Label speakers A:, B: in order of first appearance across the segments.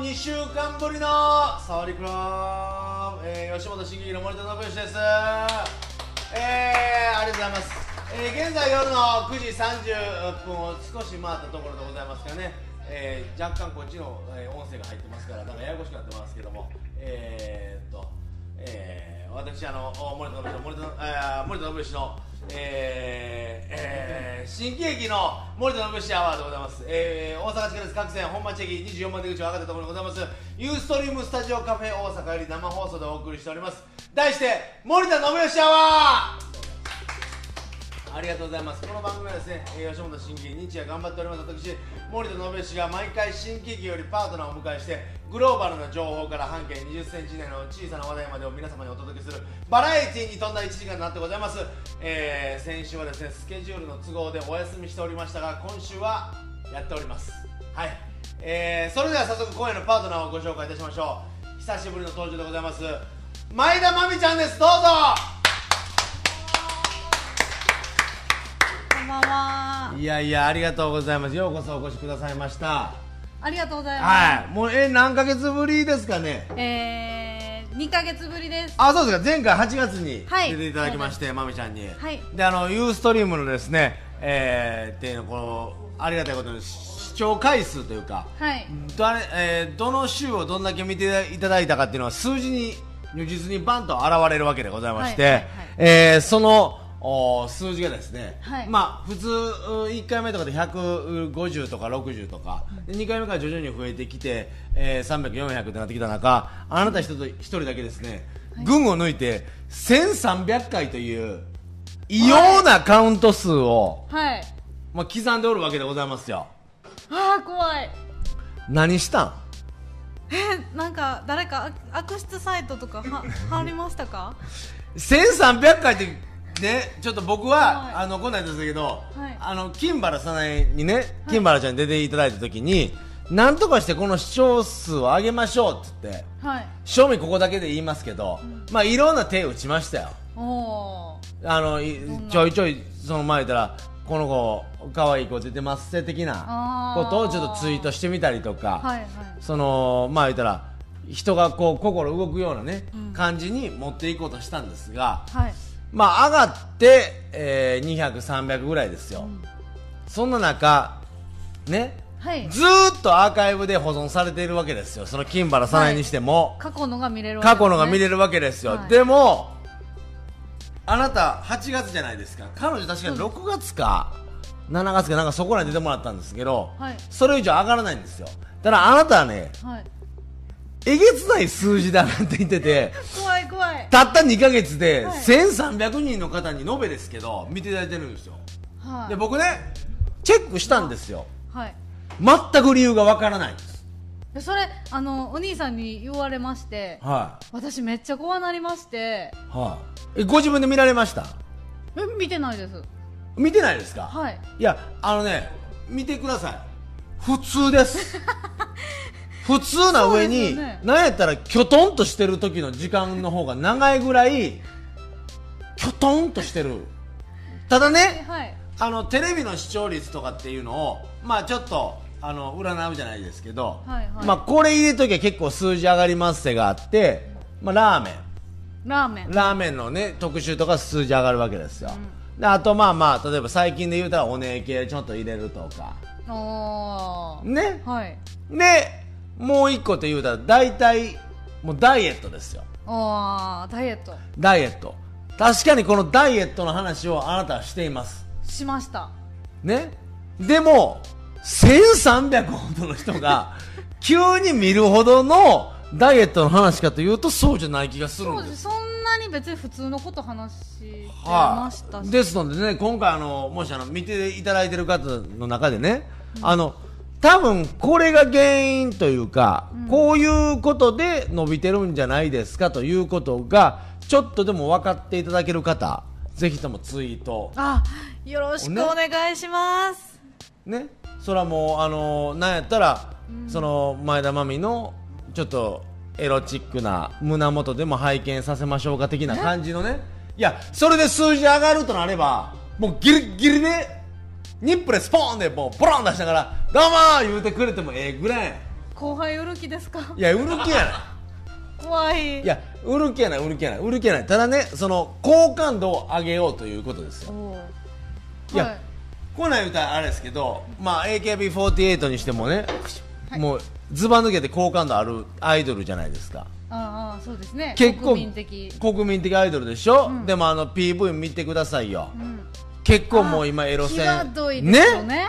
A: 2週間ぶりのサワリクラブ、えー、吉本新喜劇の森田信義ですえー、ありがとうございます、えー、現在夜の9時30分を少し回ったところでございますからね、えー、若干こっちの、えー音声が入ってますからなんかややこしくなってますけどもえー、っとえー、私あのお森田信之森田えー森田信之の、えーえー新喜劇の森田信之アワーでございます、えー大阪地下鉄各線本町駅24番出口若手ところでございますユーストリームスタジオカフェ大阪より生放送でお送りしております題して森田信之アワーありがとうございます。この番組はですね、えー吉本新喜劇日夜頑張っております私、森田信之が毎回新喜劇よりパートナーをお迎えして、グローバルな情報から半径20センチ以内の小さな話題までを皆様にお届けするバラエティに富んだ1時間になってございます。えー先週はですね、スケジュールの都合でお休みしておりましたが、今週はやっております。はい。えーそれでは早速今夜のパートナーをご紹介いたしましょう。久しぶりの登場でございます。前田真美ちゃんです。どうぞ
B: こんばんは。
A: いやいやありがとうございますようこそお越しくださいました
B: ありがとうございま
A: はいもうえ何ヶ月ぶりですかね
B: す。えー、二ヶ月ぶりです。
A: あそうですか前回8月に
B: はい
A: 出ていただきまして、まみちゃんに
B: はい
A: であのユーストリームのですねえー、っていうのこのありがたいことに視聴回数というか、
B: はい。
A: どれえーどの週をどんだけ見ていただいたかっていうのは数字に如実にバンと現れるわけでございまして、
B: はいはいはい
A: えーそのおー数字がですね、
B: はい
A: まあ普通う1回目とかで150とか60とかで2回目から徐々に増えてきて、えー、300400ってなってきた中あなた一人一人だけですね、群を抜いて1300回という異様なカウント数を、
B: はい。
A: まあ、刻んでおるわけでございますよ
B: あー怖い。
A: 何したん
B: え、なんか誰かあ悪質サイトとかは貼りましたか？
A: 1300回ってねちょっと僕は、
B: はい
A: あのこんなんですけど、
B: はい
A: あの金原さなえにね金原ちゃんに出ていただいた時に、なんとかしてこの視聴数を上げましょうって言って
B: はい。
A: 正味ここだけで言いますけど、まあいろんな手を打ちましたよ
B: おお
A: あのい
B: んな
A: ちょいちょいその前言ったらこの子可愛い子出てますって的な
B: あー
A: ことをちょっとツイートしてみたりとか、
B: ー。はいはい。
A: そのまあ言ったら人がこう心動くようなね、
B: うん
A: 感じに持っていこうとしたんですが、
B: はい。
A: まあ上がって、えー、200、300ぐらいですよ、
B: ん
A: そんな中、ね、
B: はい。
A: ずーっとアーカイブで保存されているわけですよ、その金原さないにしても、
B: 過去のが見れるわけです
A: 過去
B: ね。
A: のが見れるわけですよ、
B: はい
A: でも、あなた、8月じゃないですか、彼女、確か6月か、7月か、なんかそこらに出てもらったんですけど、
B: はい
A: それ以上上がらないんですよ、だからあなたはね、
B: はい。
A: えげつない数字だなって言ってて。
B: 怖い怖い。
A: たった2ヶ月で
B: はい
A: 1300人の方に延べですけど見ていただいてるんですよ
B: はい。
A: で僕ねチェックしたんですよ
B: はい。
A: 全く理由がわからないんです
B: でそれあのお兄さんに言われまして、
A: は
B: 私めっちゃ怖なりまして、
A: いはいえご自分で見られました
B: え見てないです。
A: 見てないですか、
B: はい。
A: い、やあのね見てください普通です 普通な上
B: そうで
A: に、
B: すよね
A: なんやったらきょとんとしてる時の時間の方が長いぐらいきょとんとしてるただ
B: え
A: ね
B: はい。
A: あのテレビの視聴率とかっていうのを、まあ、ちょっとあの占うじゃないですけど、
B: はいはい
A: まあ、これ入れときゃ結構数字上がりますせがあって、まあ、ラーメ
B: ラーメン
A: ン。ラーメンの、ね、特集とか数字上がるわけですよ、であとまあまあ例えば最近で言うたらおねえ系ちょっと入れるとか
B: おー
A: ね
B: はい
A: でもう一個って言うたら大体もうダイエットですよ
B: あーダイエット
A: ダイエット確かにこのダイエットの話をあなたはしています
B: しました
A: ね、でも1300ほどの人が急に見るほどのダイエットの話かというとそうじゃない気がする
B: 当
A: んで
B: 時
A: す。
B: そんなに別に普通のこと話してましたし、
A: ですのでね今回あのもしあの見ていただいてる方の中でね、あの多分これが原因というか、こういうことで伸びてるんじゃないですかということがちょっとでも分かっていただける方ぜひともツイート
B: あよろしくお願いします、
A: ね、それはもう、あのーなんやったら、その前田真美のちょっとエロチックな胸元でも拝見させましょうか的な感じのねいやそれで数字上がるとなればもうギリギリでニップでスポーンでもうボロン出しながら「どうも!」言うてくれてもええぐらい
B: 後輩売る気ですか
A: いや売る気やない
B: 怖い
A: いや売る気やない売る気やない売る気やないただねその好感度を上げようということですよ
B: おおー
A: いや
B: はい
A: こない言うたらあれですけど、まあ、AKB48 にしてもね、
B: はい
A: もうずば抜けて好感度あるアイドルじゃないですか
B: ああそうですね
A: 結構
B: 国民的
A: 国民的アイドルでしょ、
B: うん
A: でもあの PV 見てくださいよ、
B: うん
A: 結構もう今エロ線
B: 際どいですよね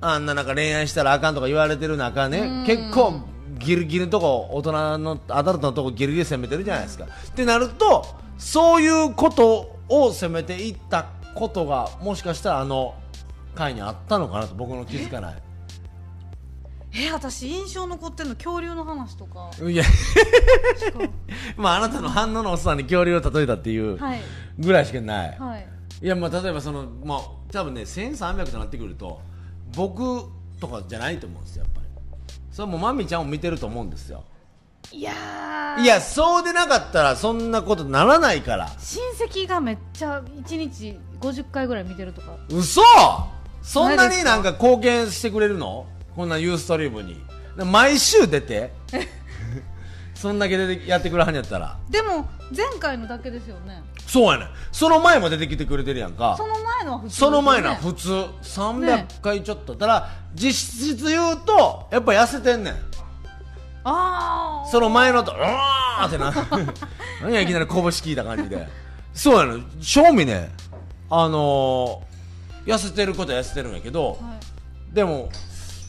A: あんななんか恋愛したらあかんとか言われてる中ね、
B: うん
A: 結構ギリギリのとこ大人のアダルトのとこギリギリ攻めてるじゃないですか、ってなるとそういうことを攻めていったことがもしかしたらあの回にあったのかなと僕の気づかない
B: え私印象残ってるの恐竜の話とか
A: いや
B: しか
A: まああなたの反応のおっさんに恐竜を例えたっていう
B: はい
A: ぐらいしかない、い、
B: はい
A: やまあ例えばそのまあ多分ね1300となってくると僕とかじゃないと思うんですよやっぱりそれはもうまみちゃんを見てると思うんですよ
B: いやー
A: いやそうでなかったらそんなことならないから
B: 親戚がめっちゃ1日50回ぐらい見てるとか
A: 嘘そんな
B: ないで
A: に
B: す
A: なんか貢献してくれるのこんなユーストリームに毎週出 てそんだけ出てやってくれはんやったら
B: でも前回のだけですよね
A: そうやねんその前も出てきてくれてるやんか
B: その前のは普通です
A: そ
B: よね
A: の前のは普通
B: ね
A: 300回ちょっとだから実質言うとやっぱ痩せてんねん
B: ああ
A: その前のとうわーってな 何やいきなり拳聞いた感じでそうやの正味ねあのー、痩せてることは痩せてるんやけど
B: はい
A: でも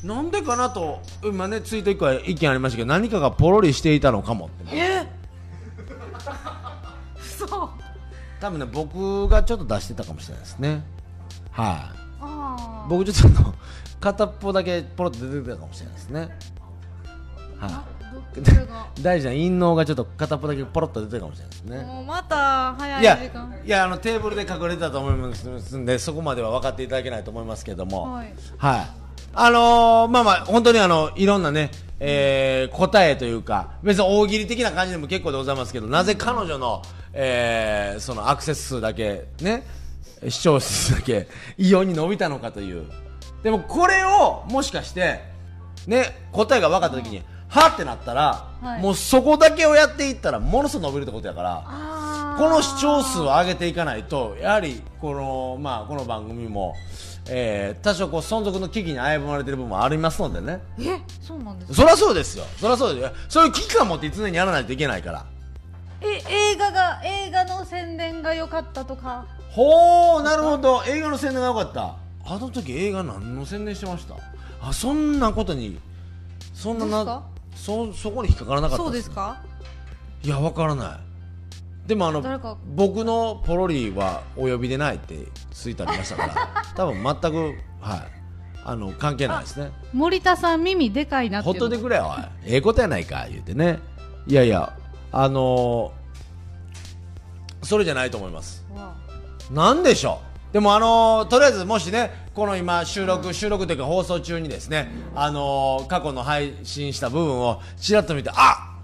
A: なんでかなと今ねツイート1個意見ありましたけど何かがポロリしていたのかもって
B: え嘘
A: 多分ね僕がちょっと出してたかもしれないですねはい、
B: あ
A: 僕ちょっとあの片っぽだけポロッと出てたかもしれないですねはい、
B: あどこれが
A: 大事な陰謀がちょっと片っぽだけポロッと出てるかもしれないですね
B: もうまた早
A: い
B: い
A: や
B: 時間
A: いやあのテーブルで隠れてたと思いますんでそこまでは分かっていただけないと思いますけども
B: はい
A: あのーまあまあ本当にあのいろんなね、えー答えというか別に大喜利的な感じでも結構でございますけどなぜ彼女の,、えーそのアクセス数だけね視聴数だけ異様に伸びたのかというでもこれをもしかしてね答えが分かった時に、はってなったら、
B: はい
A: もうそこだけをやっていったらものすごい伸びるってことやから
B: あー
A: この視聴数を上げていかないとやはりこの,、まあ、この番組も、えー多少こう存続の危機に危ぶまれてる部分もありますのでね
B: えそうなんですか
A: そりゃそうですよそりゃそうですよそういう危機感持って常にやらないといけないから
B: え映画が映画の宣伝が良かったとか
A: ほうなるほど映画の宣伝が良かったあの時映画何の宣伝してましたあそんなことにそんな
B: です
A: な
B: か
A: そそこに引っかからなかった
B: そう
A: ね
B: ですか
A: いやわからないでもあ
B: 誰
A: の
B: か
A: 僕のポロリはお呼びでないってついてありましたから 多分全くはいあの関係ないですね
B: 森田さん耳でかいなって
A: ほ
B: い
A: っ
B: うの
A: といてくれよおいええことやないか言うてねいやいやあのーそれじゃないと思います
B: わ
A: なんでしょうでもあのーとりあえずもしねこの今収録収録というか放送中にですねあのー過去の配信した部分をちらっと見てあ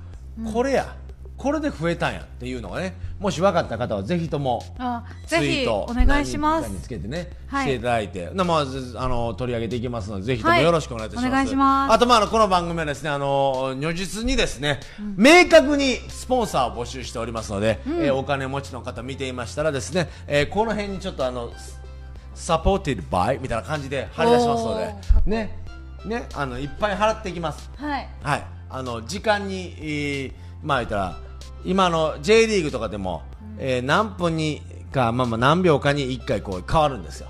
A: これやこれで増えたんやっていうのがねもし分かった方はぜひとも
B: あ
A: ツイ
B: ぜ
A: ー
B: ひ
A: ト
B: お願いします
A: 何かにつけてね、
B: はい
A: していただいて、なまあずあの取り上げていきますので、ぜひとも
B: はい
A: よろしくお願いいたします。
B: お願いします
A: あとまああのこの番組はですね、あの如実にですね、明確にスポンサーを募集しておりますので、えーお金持ちの方見ていましたらですね、えーこの辺にちょっとあのサポーティッドバイみたいな感じで貼り出しますの
B: おーか
A: で
B: っこ、いい
A: ねねあのいっぱい払っていきます。
B: はい
A: はい、あの時間に、えーまあ言ったら今の J リーグとかでも、えー何分にか、まあ、まあ何秒かに1回こう変わるんですよ、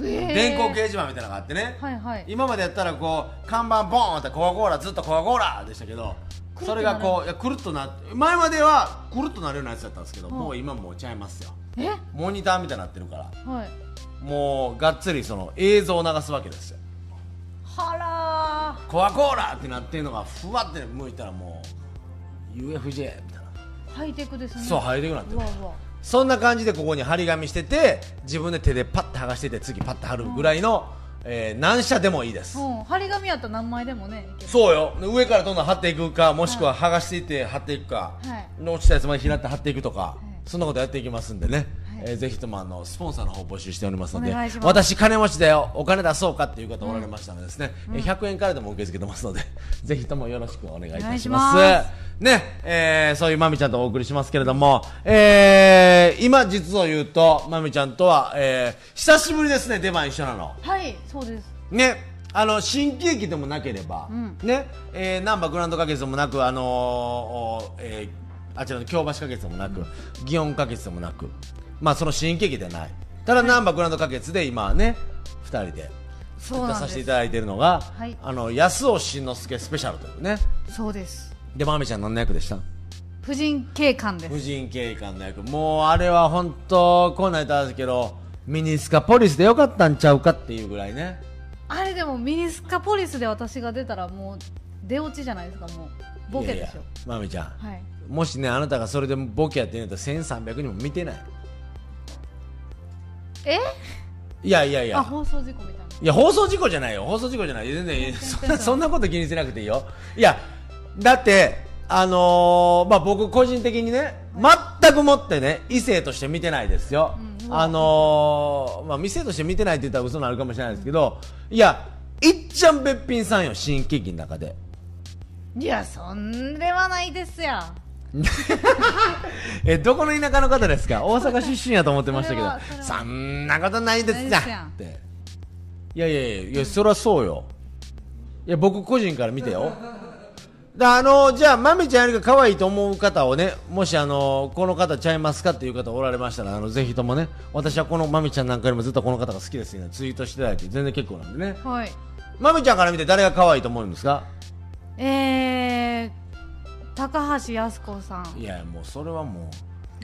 A: 電光掲
B: 系
A: 示板みたいなのがあってね、
B: はいはい
A: 今までやったらこう看板ボーンってコカ・コーラずっとコカ・コーラでしたけど
B: くるっ
A: そ
B: となる
A: れがこういやくるっとな前まではくるっとなるようなやつだったんですけど、
B: ん
A: もう今もうちゃいますよ
B: え
A: モニターみたいになってるから
B: はい
A: もうがっつりその映像を流すわけですよ
B: は
A: コアコーラってなってるのがふわって向いたらもう UFJ みたいな
B: らハイテクですね
A: そう入れてくなって
B: う
A: る
B: わうわ
A: そんな感じでここに張り紙してて自分で手でパッて剥がしてて次パッて貼るぐらいの、えー何社でもいいです、
B: うん張り紙やったら何枚でもねいける
A: そうよ上からどんどん貼っていくかもしくは剥がしていって貼っていくか、
B: はい
A: 落ちたやつまで拾って貼っていくとか、
B: い
A: そんなことやっていきますんでね、
B: はい
A: ええーぜひともあのスポンサーの方募集しておりますので
B: お願いします
A: 私金持ちだよお金出そうかっていう方おられましたのでですね、えー100円からでも受け付けてますので ぜひともよろしくお願いいたします
B: お願いし
A: ね、えーそういうまみちゃんとお送りしますけれども、えー今実を言うとまみちゃんとは、えー久しぶりですね出番一緒なの
B: はいそうです
A: ねあの新喜劇でもなければ、ね、えー、難波グランド花月でもなくあのーおえーあちらの京橋花月でもなく、祇園花月でもなくまあその新喜劇でないただ難波グランド花月で今ね二人で
B: そう
A: 出
B: なん
A: さ
B: で
A: せてい
B: す
A: ただいているのが、
B: はい
A: あの安尾慎之助スペシャルというね
B: そうです
A: でまめちゃん何の役でした
B: 婦人警官で
A: 婦
B: す
A: 人警官の役もうあれは本当こんなん言ったんですけどミニスカポリスでよかったんちゃうかっていうぐらいね
B: あれでもミニスカポリスで私が出たらもう出落ちじゃないですかもうボケでしょ
A: まめちゃん
B: はい
A: もしねあなたがそれでボケやってんやったら1300人も見てない
B: え
A: いやいやい
B: あ
A: や
B: 放送事故みたいない
A: や放送事故じゃないよ放送事故じゃない全然そんなそんなこと気にしなくていいよいやだってあのーまあ僕個人的にね全くもってね異性として見てないですよ、
B: うん
A: あのーまあ異性として見てないって言ったら嘘になるかもしれないですけどいやいっちゃんべっぴんさんよ新喜劇の中で
B: いやそんではないですや
A: えどこの田舎の方ですか大阪出身やと思ってましたけど
B: それはそれは
A: そんなことないです
B: ないですや
A: なんっていやいやいやいやそりゃそうよいや僕個人から見てよだあのじゃあまめちゃんよりか可愛いと思う方をねもしあのこの方ちゃいますかっていう方おられましたらあのぜひともね私はこのまめちゃんなんかよりもずっとこの方が好きですねツイートしていただいて全然結構なんでね
B: はい
A: まめちゃんから見て誰が可愛いと思うんですか
B: えー、高橋靖子さん
A: いやもうそれはも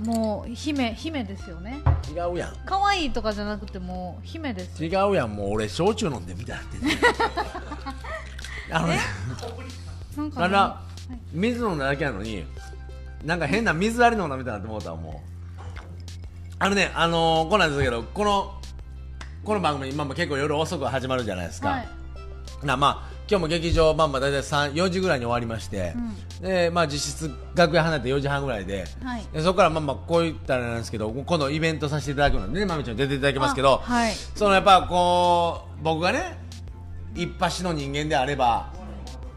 B: もう姫姫ですよね
A: う違うやん
B: 可愛いとかじゃなくてもう姫ですよ
A: 違うやんもう俺焼酎飲んでみたってあのね
B: なん
A: あ
B: か、ね、
A: ら水飲んだだけなのになんか変な水ありのなみたいになって思うたわもうあのねあのー、こうなんですけどこのこの番組今も結構夜遅く始まるじゃないですか、
B: はい
A: なまあ今日も劇場まんま大体三4時ぐらいに終わりまして、でまあ実質楽屋離れて4時半ぐらいで,、
B: はい
A: でそこからまあまあこう言ったらなんですけど今度イベントさせていただくのでねまみちゃんに出ていただきますけど、
B: あはい
A: そのやっぱこう僕がね一発の人間であれば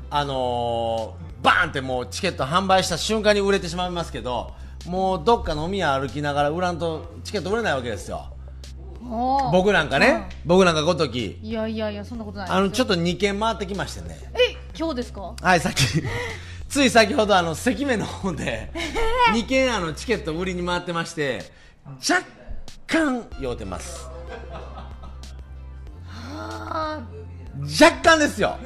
A: あのーバーンってもうチケット販売した瞬間に売れてしまいますけどもうどっか飲み屋歩きながら売らんとチケット売れないわけですよ
B: おー
A: 僕なんかね、僕なんかごとき
B: いやいやいやそんなことないです
A: あのちょっ
B: っ
A: と2軒回ってきましてね
B: え今日ですか
A: はい、さっき、つい先ほど、あの、関目の方で、2件、あの、チケット売りに回ってまして、若干、酔うてます。
B: あ
A: 若干ですよ。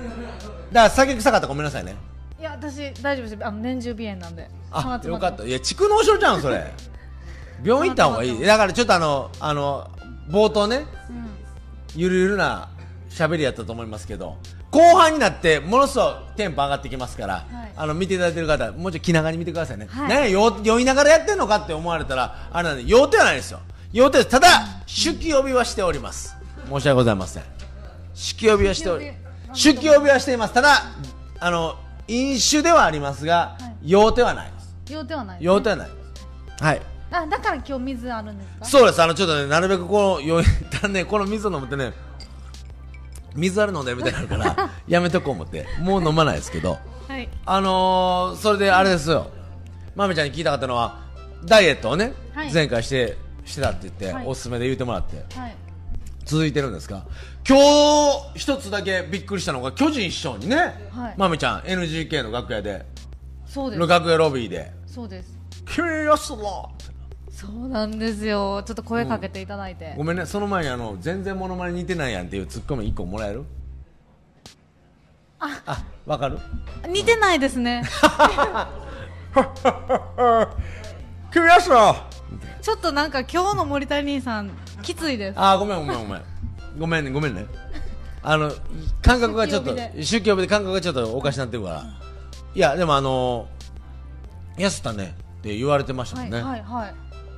A: だから、酒臭かったらごめんなさいね。
B: ーいや私大丈夫ですあの年中鼻炎なんで
A: あ、よかった。
B: た
A: いや、蓄膿症じゃん、そ れ。病院行った方がいい。だから、ちょっとあの、あの、冒頭ね、ゆるゆるな喋りやったと思いますけど、後半になって、ものすごくテンポ上がってきますから、
B: はい
A: あの、見ていただいてる方、もうちょっと気長に見てくださいね。
B: はい
A: ね酔酔いながらやってんのかって思われたら、あれなんで、酔うてはないですよ。酔うてはただ、酒気帯びはしております。申し訳ございません。酒気帯びはしており、
B: 酒
A: 酒
B: 気帯び
A: 気帯びはしています。ただ、あの、飲酒ではありますが、
B: はい
A: 酔うてはないです。
B: 用ではない
A: 酔うてはない。はい。
B: あだから今日水あるんですか
A: そうです。あの、ちょっとね、なるべくこの、酔い、 だね、この水を飲むってね、水あるのでみたいになる から、やめとこう思って、もう飲まないですけど。
B: はい
A: あのー、それであれですよ、まめちゃんに聞いたかったのは、ダイエットをね、
B: はい
A: 前回してしてたって言って、
B: はい
A: おすすめで言ってもらって、
B: はい
A: 続いてるんですか、今日一つだけびっくりしたのが、巨人師匠にね、
B: はい
A: まめちゃん、NGK の楽屋で、
B: そうです
A: 楽屋ロビーで、
B: そうです
A: キュリオスロ
B: そうなんですよちょっと声かけていただいて、
A: ごめんね、その前にあの全然モノマネ似てないやんっていうツッコミ一個もらえるあ、わかる
B: 似てないですね
A: キュリオスロ
B: ちょっとなんか今日の森田兄さんきついです
A: あーごめんごめんごめんごめんねごめんねあの感覚がちょっと
B: 出勤日で
A: 宗教日で感覚がちょっとおかしなってるから、いやでもあのー、痩せたねって言われてましたも
B: は
A: ん
B: い、
A: ね、
B: はいはい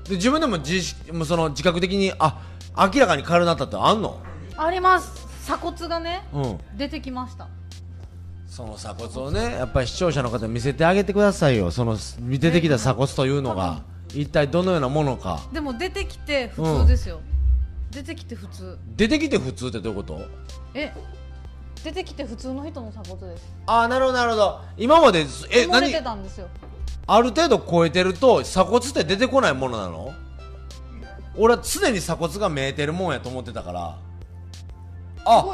A: で自分でも自意もうその自覚的にあ明らかに体になったってあんの
B: あります鎖骨がね、
A: うん
B: 出てきました
A: その鎖骨をねやっぱり視聴者の方に見せてあげてくださいよその出てきた鎖骨というのが、一体どのようなものか
B: でも出てきて普通ですよ、出てきて普通
A: 出てきて普通ってどういうこと
B: え出てきて普通の人のサポートです
A: ああなるほどなるほど今までえ
B: 埋もれ
A: 何
B: てたんですよ
A: ある程度超えてると鎖骨って出てこないものなの俺は常に鎖骨が見えてるもんやと思ってたから
B: すごい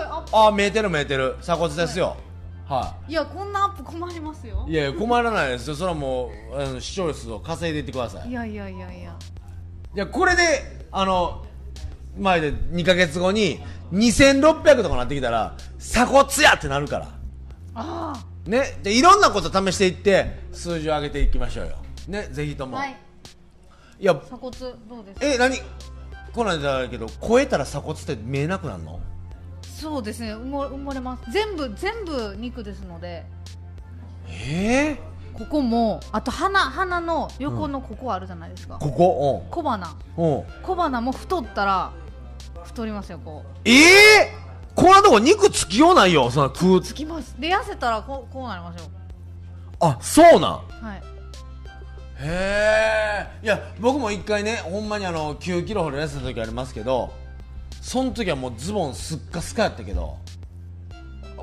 B: ア
A: あ
B: ップ
A: あ見えてる見えてる鎖骨ですよはい
B: やこんなアップ困りますよ
A: いいやいや困らないですよそれはもうあの視聴率を稼いでいってください
B: いやいやいやいや
A: いやこれであの前で2か月後に2600とかなってきたら鎖骨やってなるから
B: あ
A: ねでいろんなこと試していって数字を上げていきましょうよねぜひと
B: あ
A: も、
B: はい
A: いや
B: 鎖骨どうですか
A: え何こないだだけど超えたら鎖骨って見えなくなるの
B: そうですね埋も埋もれます全部全部肉ですので
A: ええ
B: ここもあと鼻鼻の横のここあるじゃないですか、
A: ここ
B: 小鼻
A: うんうん
B: 小鼻も太ったら太りますよこう
A: ええこんなとこ肉つきようないよそんな食うつ
B: きますで痩せたらこうこうなりましょ
A: あそうなん
B: うはい
A: へえいや僕も一回ねほんまにあの9キロほど痩せた時ありますけどその時はもうズボンすっかすかやったけど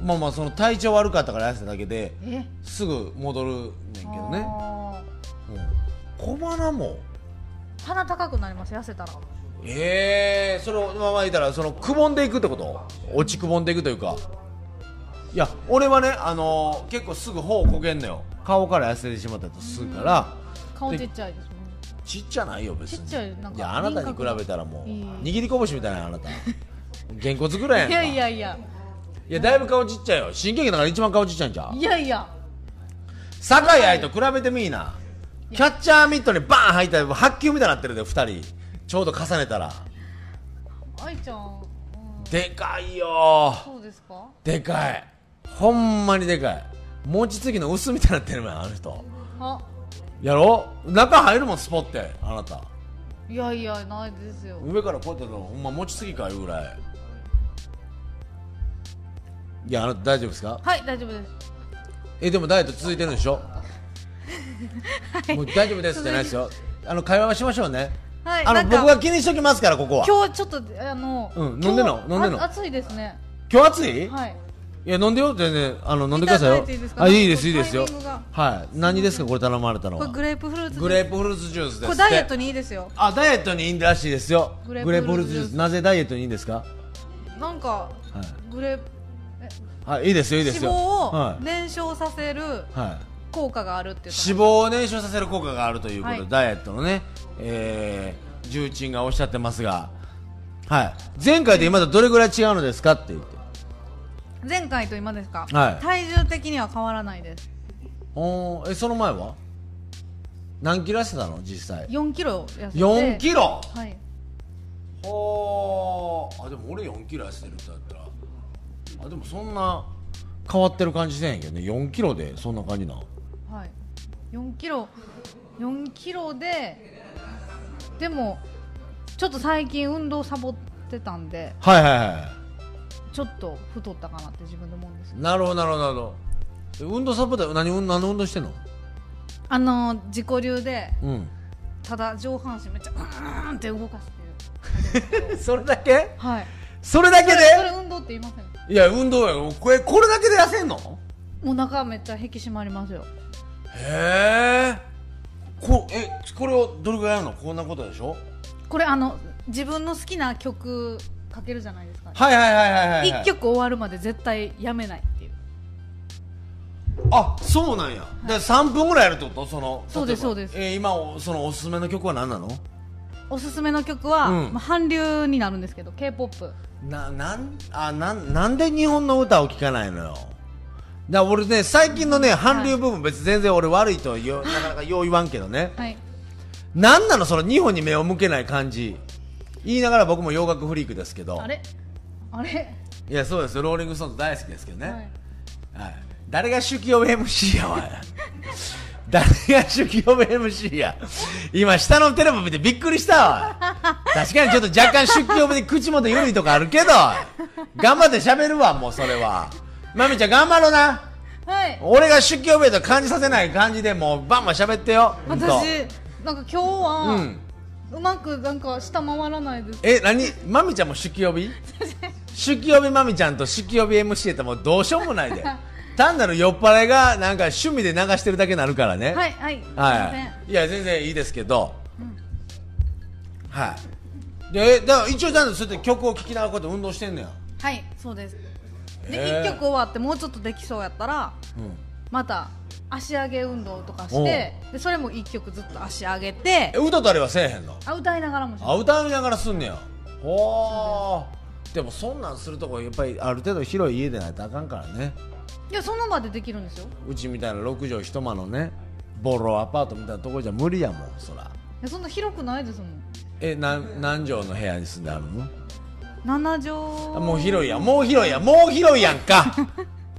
A: まあまあその体調悪かったから痩せただけで
B: え
A: すぐ戻るねんけどね、
B: あ
A: うん、小鼻も
B: ー鼻高くなります痩せたら
A: ええそれをまあまあ言ったらそのくぼんでいくってこと落ちくぼんでいくというかいや俺はねあのー結構すぐ頬こけんのよ顔から痩せてしまったとするから、
B: 顔ちっちゃいですもんね
A: ちっちゃないよ別に
B: ちっちゃいなんか
A: やあなたに比べたらもう
B: 輪
A: 握
B: 郭が
A: り拳みたいなあな たげんこつぐらいやん
B: い
A: か
B: やいやいや
A: いやだいぶ顔ちっちゃいよ新喜劇だから一番顔ちっちゃいんちゃう
B: いやいや
A: 酒井愛と比べてみいなキャッチャーミットにバーン入ったら白球みたいになってるで2人ちょうど重ねたら
B: 愛ちゃん、うん、
A: でかいよ
B: そうですか
A: でかいほんまにでかい餅つきの薄みたいになってるもんあの人
B: あ
A: やろ中入るもんスポってあなた
B: いやいやないですよ
A: 上からこうやってやったらほんま餅つきかいうぐらいいやあなた大丈夫ですか
B: はい大丈夫です
A: えでもダイエット続いてるんでしょ、もう大丈夫ですじゃないですよあの会話はしましょうね、
B: はい
A: あの
B: なんか
A: 僕が気にしときますからここは今
B: 今日ちょっとあの、
A: うん飲んでんの
B: 今日
A: 飲んでんの
B: あ暑いですね
A: 日暑い、い、
B: はい
A: や飲んでよ全然あの飲んでください
B: いた
A: よ
B: だいていいですか
A: あいいですいいですよ
B: タイミングが
A: はい何ですかこれ頼まれたの
B: こ
A: は
B: れグレープフルーツ
A: グレープフルーツジュースですって
B: これダイエットにいいですよ
A: あダイエットにいいらしいですよグ
B: グ
A: レ
B: レ
A: ー
B: ー
A: プ
B: プ
A: フルーツ
B: フルーツ
A: ジュ
B: ジュ
A: ー
B: ー
A: ス
B: ス
A: なぜダイエットにいいんですか
B: なんか
A: はい
B: グレープ
A: はいいいですよいいです
B: 脂
A: よ
B: 肪
A: は
B: を
A: い、
B: 燃焼させる
A: はい
B: 効果があるっていう
A: 脂肪を燃焼させる効果があるということで、
B: はい
A: ダイエットのね、えー、重鎮がおっしゃってますが、はい、前回と今とどれぐらい違うのですかって言って、
B: 前回と今ですか、
A: はい
B: 体重的には変わらないです
A: おーえその前は何キロ痩せたの実際
B: 4キロ痩せて
A: 4キ
B: ロ
A: ロ
B: はい
A: ほーあでも俺4キロ痩せてるってだったらあでもそんな変わってる感じせんやけどね4キロでそんな感じなん
B: はい4キロ4キロででもちょっと最近運動サボってたんで
A: はいはいは
B: ちょっと太ったかなって自分で思うんですけ
A: い
B: ど
A: なるほどなるほどなるほどえ運動サポーター何運何の運動してんの
B: あのー自己流で
A: うん
B: ただ上半身めっちゃうーんって動かして る
A: それだけ
B: はい
A: それだけ
B: そ
A: で
B: れそれ運動って言いません
A: いや運動やこれこれだけで痩せんの
B: お腹めっちゃ引き締まりますよ
A: へえこえこれをどれぐらいやるのこんなことでしょ
B: これあの自分の好きな曲かけるじゃないですか
A: はいはいはいはいはい、
B: 一曲終わるまで絶対やめないっていう
A: あそうなんや、で3分ぐらいやるってことその
B: そうです
A: 例えば
B: そうです
A: えー今おそのおすすめの曲は何なの
B: おすすめの曲は、
A: うん
B: まあ、韓流になるんですけど k p o p
A: ななんあなんなんで日本の歌を聴かないのよだから俺ね最近のね韓流部分別に全然俺悪いとは言うなかなかよう言わんけどね
B: はい
A: なんなのその日本に目を向けない感じ言いながら僕も洋楽フリークですけど
B: あれあれ、
A: いやそうですよローリング・ストーンズ大好きですけどね、
B: はい、
A: はい、誰が主教 MC やわ 誰が主教 MC や今下のテレビ見てびっくりしたわ確かにちょっと若干出教部で口元緩いとかあるけど頑張って喋るわもうそれはまみちゃん頑張ろうな
B: はい、
A: 俺が出教部と感じさせない感じでもうバンバン喋ってよほんと
B: 私なんか今日は、
A: う
B: うんまくなんか下回らないです
A: え、何まみちゃんも酒気 帯び酒気帯びまみちゃんと酒気帯び MC やったらもうどうしようもないで。単なる酔っ払いがなんか趣味で流してるだけになるからね。
B: はいはい、すいません
A: はい。いや、全然いいですけど。はい。で、えだから一応、だからそうやって曲を聴きながらこうやって運動してんのや。
B: はいそうですで、
A: えー
B: 一曲終わってもうちょっとできそうやったら
A: うん。
B: また足上げ運動とかしてでそれも一曲ずっと足上げて
A: え、歌ったりはせえへんの
B: あ歌いながらもし
A: あ、歌いながらすんねや。ほー。でもそんなんするとこやっぱりある程度広い家でないとあかんからね。
B: いやその場でできるんですよ
A: うちみたいな6畳一間のねボロアパートみたいなとこじゃ無理やもんそら
B: いやそんな広くないですもん
A: えなん何畳の部屋に住んであるの
B: 7
A: あ
B: 畳
A: もう広いやんもう広いやんもう広いやんか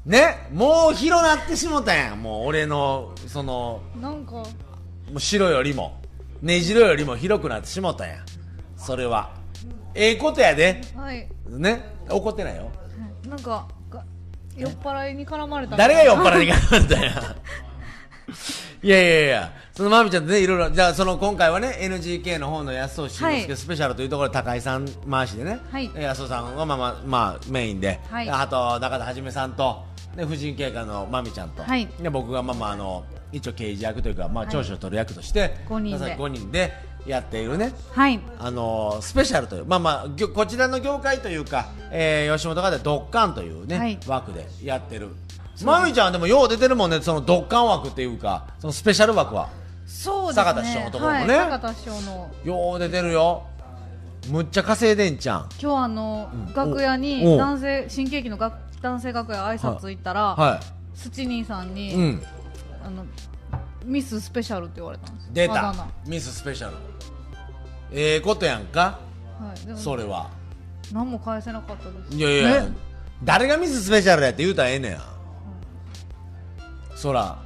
A: ねもう広なってしもたやんもう俺のその
B: なんか
A: もう白よりもねじろよりも広くなってしもたやんそれはええことやで
B: はい
A: ね怒ってないよ
B: なんかが酔っ払いに絡まれた
A: 誰が酔っ払いに絡んだ よ。いやいやいや、そのまみちゃんとね、いろいろ、じゃあ、その今回はね、NGK の方の安尾慎之
B: は
A: 介
B: い
A: スペシャルというところで、高井さん回しでね、
B: はい
A: 安尾さんがまあまあ、まあ、メインで、
B: はい
A: あと、中田はじめさんと、ね、婦人警官のまみちゃんと、
B: はい
A: で僕がまあまあ、あの、一応刑事役というか、まあ、長所を取る役として、
B: 五人で
A: まさに五人でやっているね、
B: はい
A: あのースペシャルという、まあまあぎょ、こちらの業界というか、えー吉本がでドッカンというね、
B: はい
A: 枠でやってる。まみちゃんでもよう出てるもんね、そのドッカン枠っていうか、そのスペシャル枠は。
B: そうですね
A: 坂田師匠のところもね
B: はい、坂田師匠の
A: よう出てるよ。むっちゃ稼いでんちゃん。
B: 今日あの、
A: うん
B: 楽屋に
A: おお
B: 男性新喜劇のが男性楽屋挨拶行ったら、
A: は
B: スチニーさん
A: い。
B: に、
A: うん。
B: あのミススペシャルって言われたんです
A: 出た
B: あだ。
A: ミススペシャル。ええことやんか、
B: 名はい、でも
A: それは。
B: 何も返せなかったです
A: いやいや、
B: ね
A: 誰がミススペシャルやって言うたらええねや、そら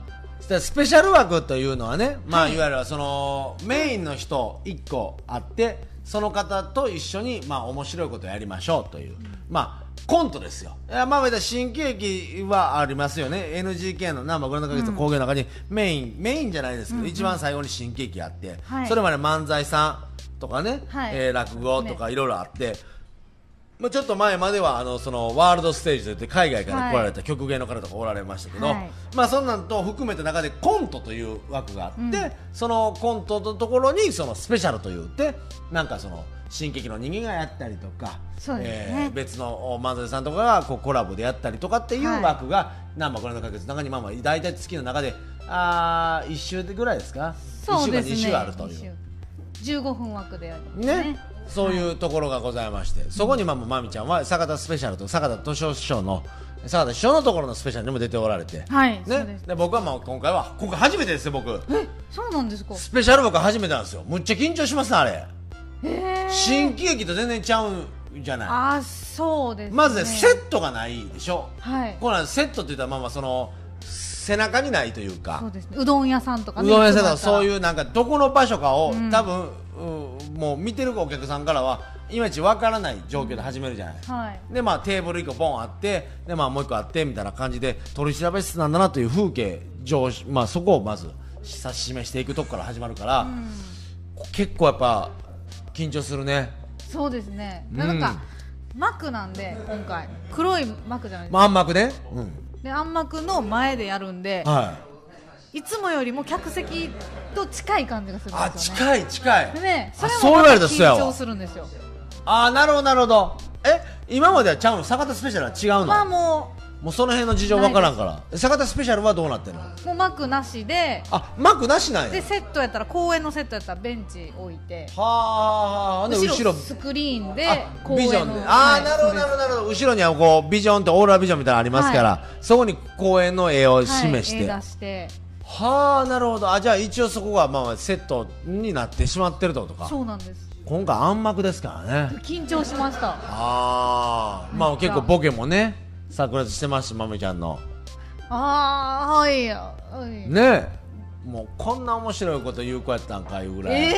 A: そらスペシャル枠というのはね、まあ、いわゆるそのメインの人1個あってその方と一緒に、まあ、面白いことやりましょうという、まあコントですよ、いやまあ、まだ新喜劇はありますよね NGK の生ご覧のか月の工業の中にメイン、メインじゃないですけど、一番最後に新喜劇があって、
B: はい
A: それまで漫才さんとかね、
B: はい
A: えー落語とかいろいろあって、まあ、ちょっと前まではあのそのワールドステージといって海外から来られた曲芸の方とかおられましたけど、
B: はい
A: まあ、そんなんと含めた中でコントという枠があって、
B: うん
A: そのコントのところにそのスペシャルというってなんかその新劇の人間がやったりとか、
B: そうですね
A: えー別のお漫才さんとかがこうコラボでやったりとかっていう
B: はい
A: 枠が、何まこれのか月の中にまあまあ大体月の中であ1週ぐらいですか
B: そうですね
A: 1週か2週あるという。
B: 一週15分枠でやります
A: ね
B: ね
A: そういうところがございまして、そこにまあもうまみちゃんは坂田スペシャルと坂田敏夫師匠の坂田師匠のところのスペシャルにも出ておられて、
B: はい、そうで
A: ね
B: す、
A: で僕はまあ今回は今回初めてですよ僕
B: えそうなんですか
A: スペシャル僕初めてなんですよむっちゃ緊張しますねあれ
B: えー、
A: 新喜劇と全然ちゃうんじゃない
B: あそうです、ね、
A: まずねセットがないでしょ
B: はい
A: こうなんセットって言ったらまあまあその背中にないというか
B: そうですねうどん屋さんとか
A: う
B: ね
A: どん屋さんとか
B: 行くなら
A: そういうなんかどこの場所かを、
B: ん
A: 多分うんもう見てるお客さんからはいまいちわからない状況で始めるじゃない、
B: はい
A: でまあテーブル1個ボンあってでまあもう1個あってみたいな感じで取り調べ室なんだなという風景上、まあ、そこをまず指し示していくとこから始まるから、結構やっぱ緊張するね
B: そうですね、
A: ん
B: なんか幕なんで今回黒い幕じゃないですか、
A: まあ暗幕ね、うん
B: で暗幕の前でやるんで
A: はい、
B: いつもよりも客席と近い感じがするん
A: あ
B: ですよね
A: 近い近い
B: でねそれ
A: あそう
B: も
A: 言
B: ま
A: われ
B: た
A: たらそうやわ
B: 緊張するんですよ
A: ああなるほどなるほどえ今まではちゃうの坂田スペシャルは違うの、
B: まあも
A: もうその辺の事情わからんから坂田スペシャルはどうなってんの
B: うもう幕なしで
A: あマークなしなんや
B: でセットやったら公園のセットやったらベンチ置いて
A: はあで後
B: 後ろ
A: ろ
B: スクリーンで
A: あ
B: 公
A: ビジョ
B: 園
A: ン
B: の
A: でああ
B: はい
A: なるほどなるほどなるほど後ろにはこうビジョンってオーラビジョンみたいなのありますから、
B: は
A: そこに公園の絵を
B: はい
A: 示して、
B: 絵
A: は
B: 出して
A: あなるほどあじゃあ一応そこがまあまあセットになってしまってるってことか
B: そうなんです
A: 今回暗幕ですからね
B: 緊張しました
A: ああまあ結構ボケもね炸裂してますしまみちゃんの
B: ああはいは
A: ね
B: い
A: えもうこんな面白いこと言う子やったんかいうぐらい、
B: え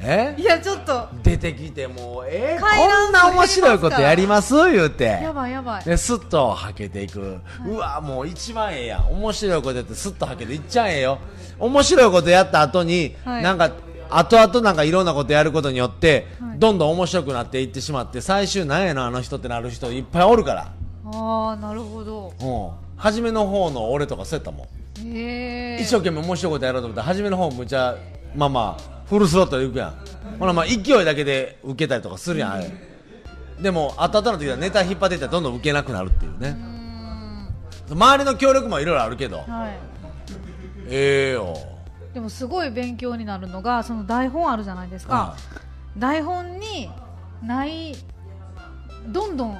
A: え
B: いやちょっと
A: 出てきてもうえー
B: 回覧
A: こんな面白いことやります言うて
B: やばいやばい
A: でスッとはけていく、うわもう一番ええやん面白いことやってスッとはけていっちゃええよ面白いことやった後に、
B: はい
A: なんか後々なんかいろんなことやることによって、
B: はい
A: どんどん面白くなっていってしまって最終なんやのあの人ってなる人いっぱいおるから、
B: ああなるほど
A: うん、初めの方の俺とかそうやったもん
B: へえ
A: 一生懸命面白いことやろうと思って初めの方むちゃまあまあフルスロットでいくやんほなまあ勢いだけで受けたりとかするやんあれでも後々の時はネタ引っ張っていったらどんどん受けなくなるっていうね
B: うーん
A: 周りの協力もいろいろあるけど
B: はい
A: ええよ
B: でもすごい勉強になるのがその台本あるじゃないですか
A: あ
B: 台本にないどんどん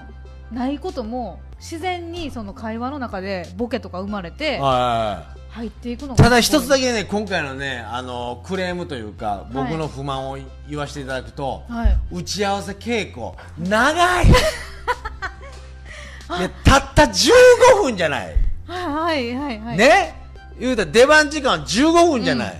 B: ないことも自然にその会話の中でボケとか生まれて
A: は
B: 入っていくの
A: い
B: が
A: ただ一つだ
B: け
A: けね今回のねあのクレームというか僕の不満を言わせていただくと、
B: はい
A: 打ち合わせ稽古長 いいやたった15分じゃない
B: はいはいはいはい
A: ね言うたら出番時間15分じゃない、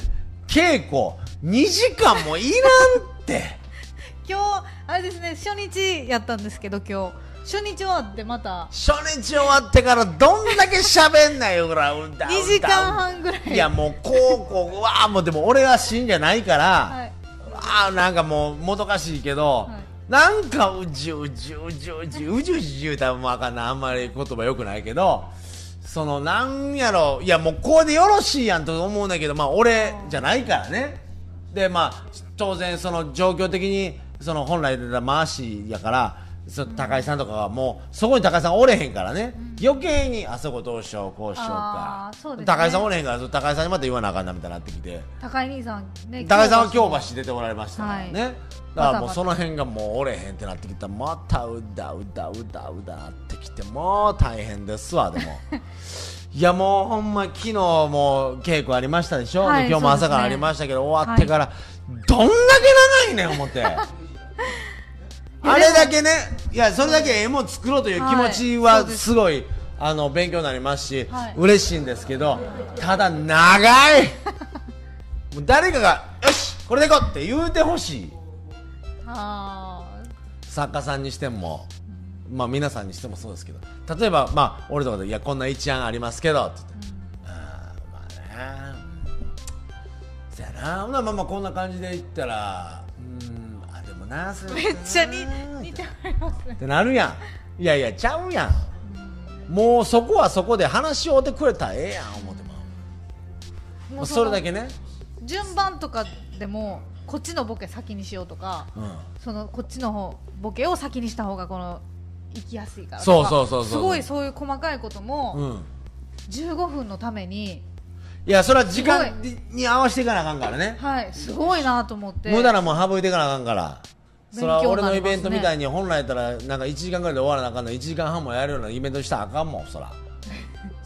A: 稽古2時間もいらんって
B: 今日あれですね初日やったんですけど今日初日終わってまた
A: 初日終わってからどんだけ喋んないよぐらいうんだ
B: 2時間半ぐらい
A: いやもうこうこううわーもうでも俺は死んじゃないから、
B: はい
A: あーなんかもうもどかしいけど、
B: は
A: なんかうじゅうじゅうじゅうじゅううじゅうじゅうたらもうあかんなあんまり言葉よくないけどそのなんやろいやもうこれでよろしいやんと思うんだけどまあ俺じゃないからねでまあ当然その状況的にその本来でた回しやからそ高井さんとかはもうそこに高井さんおれへんからね、余計にあそこどうしようこうしようか
B: あーそうですね
A: 高井さんおれへんからその高井さんにまた言わなあかんなみたいになってきて。
B: 高井兄さんね
A: 高井さんは京
B: 日
A: 橋出ておられましたからね、
B: はい
A: だからも
B: バタバ
A: う
B: タ
A: その辺がもう折れへんってなってきたらまたうだうだうだうだなってきてもう大変ですわ でもいやもうほんま昨日も稽古ありましたでしょ、
B: はい
A: で今日も朝から
B: そ
A: あ
B: うですね
A: りましたけど、終わってから、どんだけ長いねん思って あれだけねいやそれだけ絵も作ろうという気持ち
B: は
A: は
B: いそうです
A: すごい、あの勉強になりますし、
B: はい
A: 嬉しいんですけどただ 長いもう誰かが「よしこれでいこう!」って言うてほしい
B: あ
A: 作家さんにしても、まあ、皆さんにしてもそうですけど例えば、まあ、俺とかで「いやこんな一案ありますけど」って言って「あーまあねうんそやなほなまあまあこんな感じでいったらうんあでもなそ
B: ー
A: れ
B: めっちゃに
A: な
B: 似ておりますね
A: ってなるやんいやいやちゃうやんもうそこはそこで話を追ってくれたらええやん思ってまうもうそれだけね、
B: 順番とかでもこっちのボケ先にしようとか
A: うん、
B: そのこっちの方ボケを先にした方がこの行きやすいから
A: そう
B: とか
A: そうそうそう
B: すごいそういう細かいこと
A: う
B: も
A: ん
B: 15分のために
A: いやそれは時
B: す
A: 間
B: ご
A: に合わせていかなあかんからね
B: はいすごいなと思って
A: 無駄なもん省いていかなあかんからそれは
B: 勉強
A: 俺
B: に
A: の
B: なり
A: イ
B: ますね
A: ベントみたいに本来やったらなんか1時間ぐらいで終わらなあかんの1時間半もやるようなイベントしたらあかんもんそ ら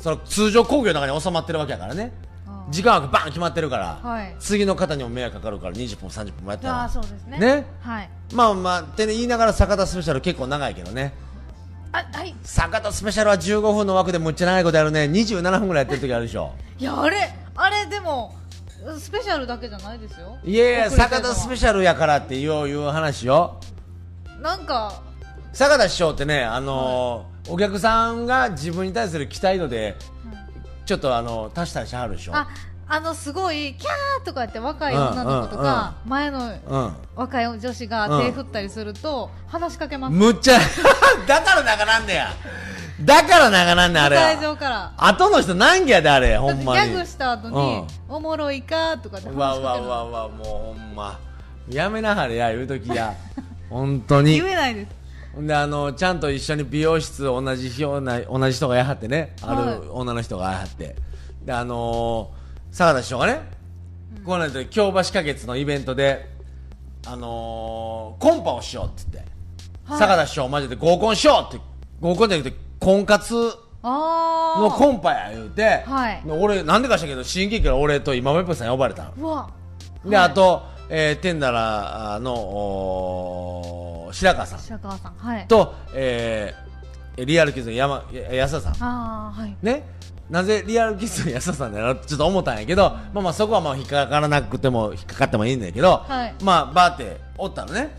A: そら通常工業の中に収まってるわけやからね
B: あー
A: 時間枠バン決まってるから、
B: はい
A: 次の方にも迷惑かかるから20分30分もやったら
B: あーそうですね
A: ね
B: はい
A: まあまあって言いながら坂田スペシャル結構長いけどね
B: あはい
A: 坂田スペシャルは15分の枠でむっちゃ長いことやるね27分ぐらいやってる時あるでしょ
B: いやあれあれでもスペシャルだけじゃないですよ
A: いやいや坂田スペ
B: シ
A: シャルやからってよう言う話よ
B: ャルなんか
A: 坂田師匠ってねあのーお客さんが自分に対する期待度でちょっとあの足したりしはるでしょ
B: ああのすごいキャーとか言って若い女の子とか前の
A: う
B: 若い女子が手振ったりすると話しかけま
A: ん
B: す
A: むっちゃ だから長なんだよだから長なんだあれ
B: 会
A: は
B: 場から
A: 後の人難儀やであれほんま
B: だっ
A: に
B: てギャグした後に
A: う
B: おもろいかとかって話し
A: わ
B: か
A: う
B: け
A: わ
B: る
A: うわうわもうほんまやめなはれや言うとき や本当に
B: 言えないです
A: ほんであのちゃんと一緒に美容室同じ日同じ同じ人がやはってねあ
B: はい
A: る女の人がやはってであのー、坂田師匠がね、こうなると京橋花月のイベントであのー、コンパをしようって言って、
B: はい
A: 坂田師匠マジで合コンしようって合コンじゃなくて婚活
B: ああ
A: のコンパや言うて、
B: はい
A: で俺なんでかしたけど新喜劇から俺と今ウェブさん呼ばれたの
B: うわ
A: で、あと、えー、テンダラーのおー白川さん
B: 白川さんはい
A: と、えーえリアルキッズの山や安田さん
B: ああはい
A: ねなぜリアルキッズの安田さんだろってちょっと思ったんやけど、まあまあそこはまあ引っかからなくても引っかかってもいいんだけど、
B: はい
A: まあバーっておったのね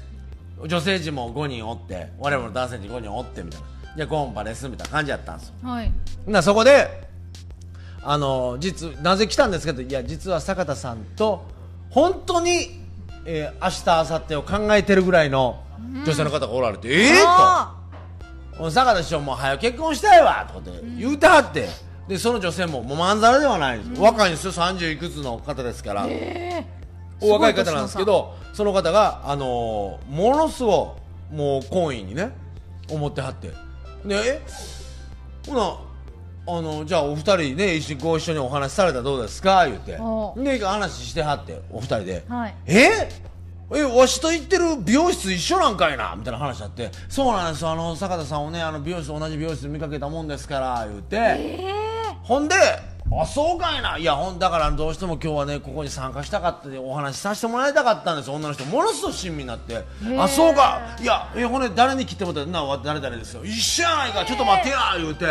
A: 女性陣も5人おって我々の男性陣5人おってみたいなじゃあコンパですみたいな感じやったんですよ
B: はい
A: なそこであの実なぜ来たんですけどいや実は坂田さんと本当に、えー、明日明後日を考えてるぐらいの女性の方がおられて、ええと
B: あ
A: もう坂田師匠もう早く結婚したいわとかって言うてはって、でその女性ももうまんざらではないです、若いんですよ30いくつの方ですから、
B: ー
A: お若い方なんですけどその方が、あのーものすごいもう懇意にね思ってはってでえほなあのじゃあお二人ね一緒にご一緒にお話しされたらどうですか言って
B: おう
A: で話してはってお二人で、
B: はい
A: ええわしと行ってる美容室一緒なんかいなみたいな話あってそうなんですよあの坂田さんをねあの美容室同じ美容室で見かけたもんですから言って、ほんであそうかいないやほんだからどうしても今日はねここに参加したかったでお話しさせてもらいたかったんです女の人ものすごい親身になってあそうかいやえほんで誰に切ってもらったなわ誰々ですよ一緒やないかちょっと待ってや言うて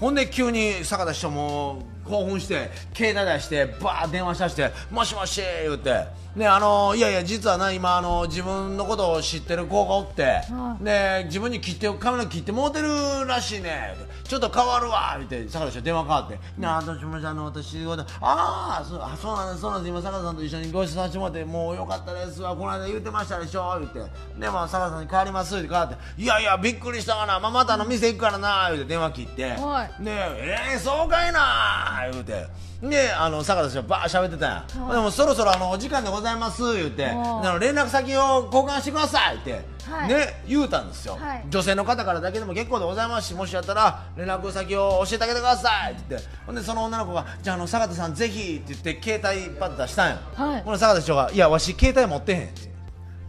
A: ほんで急に坂田師匠も興奮して携帯出してバー電話し出してもしもし言うてねあのいやいや実はな今あの自分のことを知ってる子がおって
B: はい
A: で自分に切ってカメラ切ってもうてるらしいねちょっと変わるわ言って坂田師匠電話変わって「なあどうしましたあの私ああそうあそうなんですそうなんです今坂田さんと一緒にご一緒させてもらってもうよかったですわこの間言ってましたでしょ」言って「でも坂田さんに変わります」って変わって「いやいやびっくりしたかな、まあ、またあの店行くからな」言って電話切って「
B: はい
A: ねええー、そうかいな」言うて。であの坂田氏がばー喋ってたんや、でもそろそろあのお時間でございます言って
B: おー
A: あの連絡先を交換してくださいって、
B: はい
A: ね言うたんですよ、
B: はい
A: 女性の方からだけでも結構でございますしもしやったら連絡先を教えてあげてくださいって言ってほんでその女の子が「じゃああの坂田さんぜひ」って言って携帯パッと出したんよ、
B: はい
A: ほな坂田師匠が「いやわし携帯持ってへん」って「い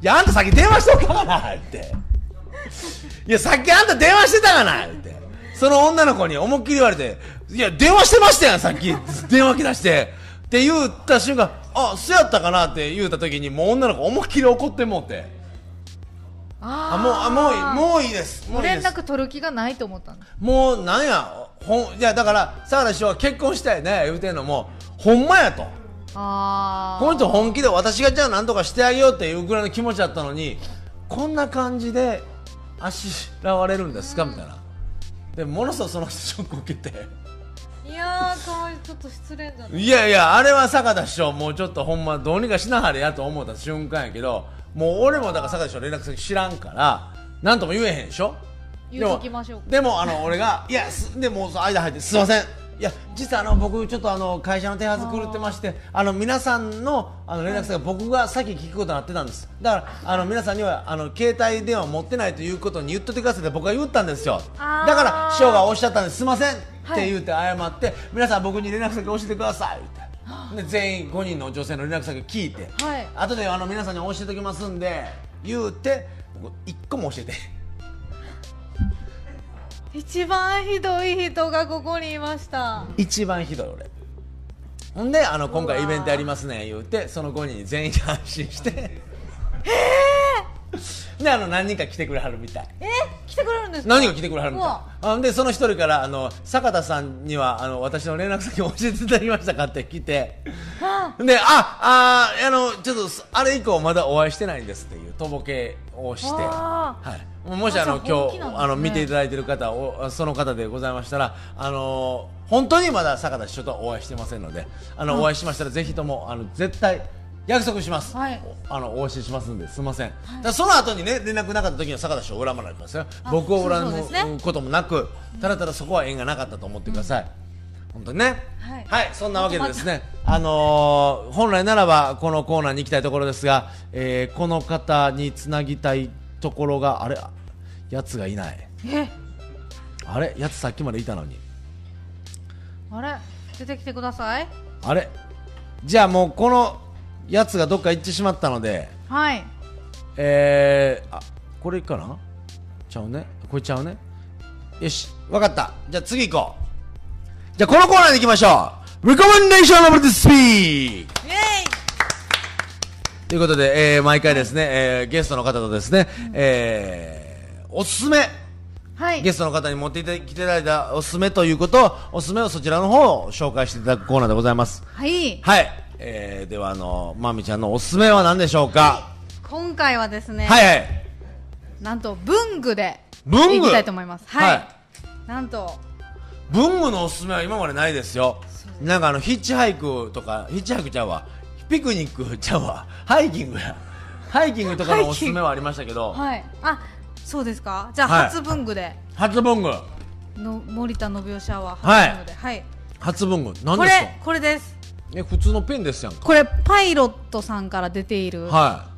A: やあんた先電話しとくからな」って「いやさっきあんた電話してたかな」ってその女の子に思いっきり言われて「いや電話してましたやんさっき電話切らして」って言った瞬間「あそうやったかな」って言った時にもう女の子思いっきり怒ってもうて。あもうあもういいもういいですもういい
B: 連
A: です
B: 絡取る気がないと思ったんです
A: もうなんやほんいやだから相良師匠は結婚したいね言うてんのもほんまやと
B: あ
A: この人本気で私がじゃあ何とかしてあげようっていうぐらいの気持ちだったのにこんな感じであしらわれるんですかみたいなでものすごいその人ショックを受けて
B: いやーかわいいちょっと失恋じゃない
A: いやいやあれは坂田師匠もうちょっとほんまどうにかしなはれやと思った瞬間やけどもう俺もだから坂田師匠連絡先知らんから何とも言えへんでしょ
B: 言うときましょうか
A: でもでもあの俺が「いやすでもうそう間入ってすいません」いや実はあの僕ちょっとあの会社の手はず狂ってましてあの皆さんのあの連絡先が僕が先聞くことになってたんですだからあの皆さんにはあの携帯電話持ってないということに言っといてくださいって僕が言ったんですよだ
B: あー
A: から師匠がおっしゃったんですすいませんっ
B: はい
A: て言って謝って、皆さん僕に連絡先教えてくださいってで全員5人の女性の連絡先聞いて、
B: はい
A: 後であの皆さんに教えておきますんで言うて僕1個も教えて
B: 一番ひどい人がここにいました
A: 一番ひどい俺ほんであの今回イベントやりますね言うてその5人全員で安心してええであの何人か来てくれはるみたい
B: え来てくれるんですか
A: 何人か来てくれはるみ
B: う
A: た
B: わ
A: いあんでその一人からあの坂田さんにはあの私の連絡先を教えていただきましたかって来てでああーあのちょっとあれ以降まだお会いしてないんですっていうとぼけをして、
B: わー
A: はい、もしあの
B: あじゃ
A: 今
B: あ本
A: 日
B: 気なんですね
A: あの見ていただいている方おその方でございましたらあの本当にまだ坂田師匠とはお会いしてませんのであのお会いしましたらぜひともあの絶対約束します、
B: はい
A: おあのお教えしますんですみません、だからその後にね連絡なかった時には坂田師匠を恨まれてますよ僕を恨
B: そうそう
A: む
B: ですね
A: こともなくただただそこは縁がなかったと思ってください、本当にね
B: はい
A: そんなわけでですねあのー本来ならばこのコーナーに行きたいところですが、えーこの方につなぎたいところがあれやつがいない
B: え
A: あれやつさっきまでいたのに
B: あれ出てきてください
A: あれじゃあもうこのやつがどっか行ってしまったので
B: はい
A: えー、あこれかなちゃうねこれちゃうねよしわかったじゃあ次行こうじゃあこのコーナーで行きましょう Recommendation of the Speak
B: イエイ
A: ということで、えー毎回ですね、えーゲストの方とですね、えーおすすめ
B: はい
A: ゲストの方に持ってきていただいたおすすめということおすすめをそちらの方を紹介していただくコーナーでございます
B: はい
A: はい、えー、ではあのまみちゃんのおすすめは何でしょうか
B: 今回はですね、
A: はいはい
B: なんと文具で
A: 文具
B: いきたいと思いますはい、
A: はい
B: なんと
A: 文具のおすすめは今までないですよなんかあのヒッチハイクとかヒッチハイクちゃうわピクニックちゃうわハイキングやハイキングとかのおすすめはありましたけど、
B: はいあそうですかじゃあ、
A: はい
B: 初文具で
A: 初文具
B: の森田信夫シャワー
A: はい
B: 初文具ではい、
A: 初文具何
B: こ
A: ですか
B: れこれです
A: え普通のペンですやんか
B: これパイロットさんから出ている
A: は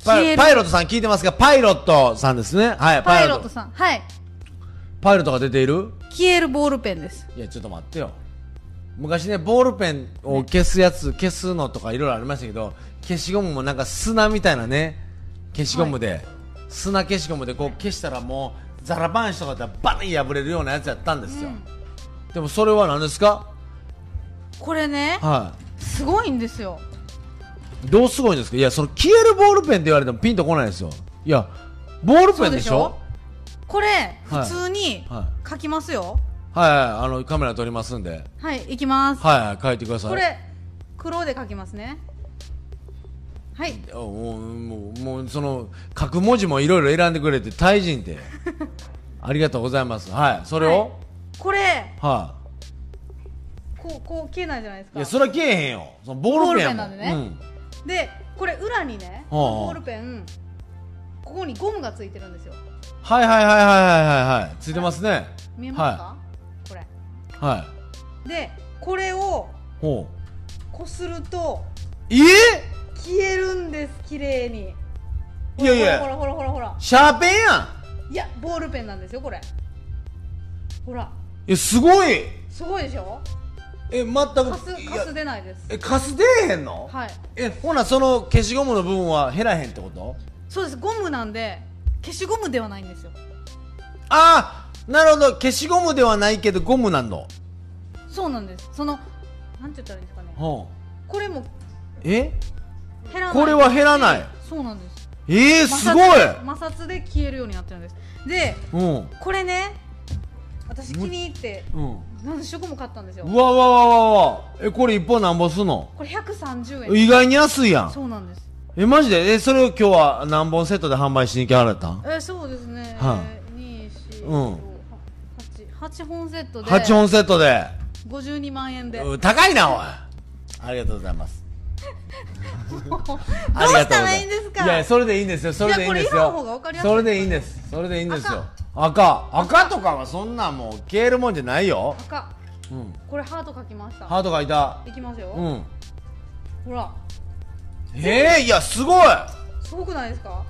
A: いパイ
B: CL
A: パイロットさん聞いてますかパイロットさんですねはい
B: パイロットさんはい
A: パイロットが出ている
B: 消えるボールペンです
A: いやちょっと待ってよ昔ねボールペンを消すやつ消すのとかいろいろありましたけど消しゴムもなんか砂みたいなね消しゴムで、砂消しゴムでこう消したらもうザラバンしとかだったらバリン破れるようなやつやったんですよ、でもそれは何ですか
B: これね
A: は
B: すごいんですよ
A: いどうすごいんですかいやその消えるボールペンって言われてもピンとこないですよいやボールペンでしょ
B: これ
A: はい
B: 普通に
A: は
B: 書きますよ
A: はいはいあのカメラ撮りますんで
B: はい行きます
A: はいはい書いてください
B: これ黒で書きますねはい
A: あもうもうもうその書く文字もいろいろ選んでくれて大人 でありがとうございますはいそれを
B: これ
A: は
B: こうこう消えないじゃないです
A: い、
B: か
A: いやそれは消えへんよそのボールペンやもん
B: ボールペンなんでねでこれ裏にね
A: はあはあ
B: ボールペンここにゴムがついてるんですよ
A: うん、はいはいはいはいはいはいはいついてますね
B: 見えますか、これ
A: かはい、はい、
B: でこれを
A: ほう
B: こすると
A: えー、
B: 消えるんです綺麗に
A: いやいや
B: ほらほらほらほらほら
A: シャーペンやん
B: いやボールペンなんですよこれほら
A: えすごい
B: すごいでしょ
A: え全く
B: カス
A: いや
B: カス出ないです
A: えカス出えへんの、
B: はい
A: えほなその消しゴムの部分は減らへんってこと
B: そうですゴムなんで消しゴムではないんですよ
A: ああなるほど消しゴムではないけどゴムなんの
B: そうなんですそのなんて言ったらいいんですかね
A: ほ
B: これも
A: うえ
B: 減らない
A: これは減らない
B: そうなんです
A: えー、
B: 摩
A: す
B: 擦
A: ごい
B: 摩擦で消えるようになってるんですで
A: うん
B: これね私気に入って
A: うん
B: 何色も買ったんですよ
A: うわうわうわうわうわえこれ一本なんぼすんの
B: これ130円
A: 意外に安いやん
B: そうなんです
A: えマジでえそれを今日は何本セットで販売しに来はられたん
B: えーそうですね、
A: は
B: 2、4、
A: うん
B: 5、8、8本セットで
A: 8本セットで
B: 52万円 でどう
A: うん高いなおいありがとうございますありがとう
B: した
A: ご
B: ら
A: ざ
B: いいんですか
A: いやそれでいいんですよそれでいいんです
B: いや
A: よ
B: これ色の方が分かりやすい
A: それでいいんですそれでいいんですよ赤赤とかはそんなんもう消えるもんじゃないよ
B: 赤
A: うん
B: これハート書きました
A: ハートがいた
B: いきますよ、
A: うん
B: ほら
A: えー、いやすごい
B: すごくないですか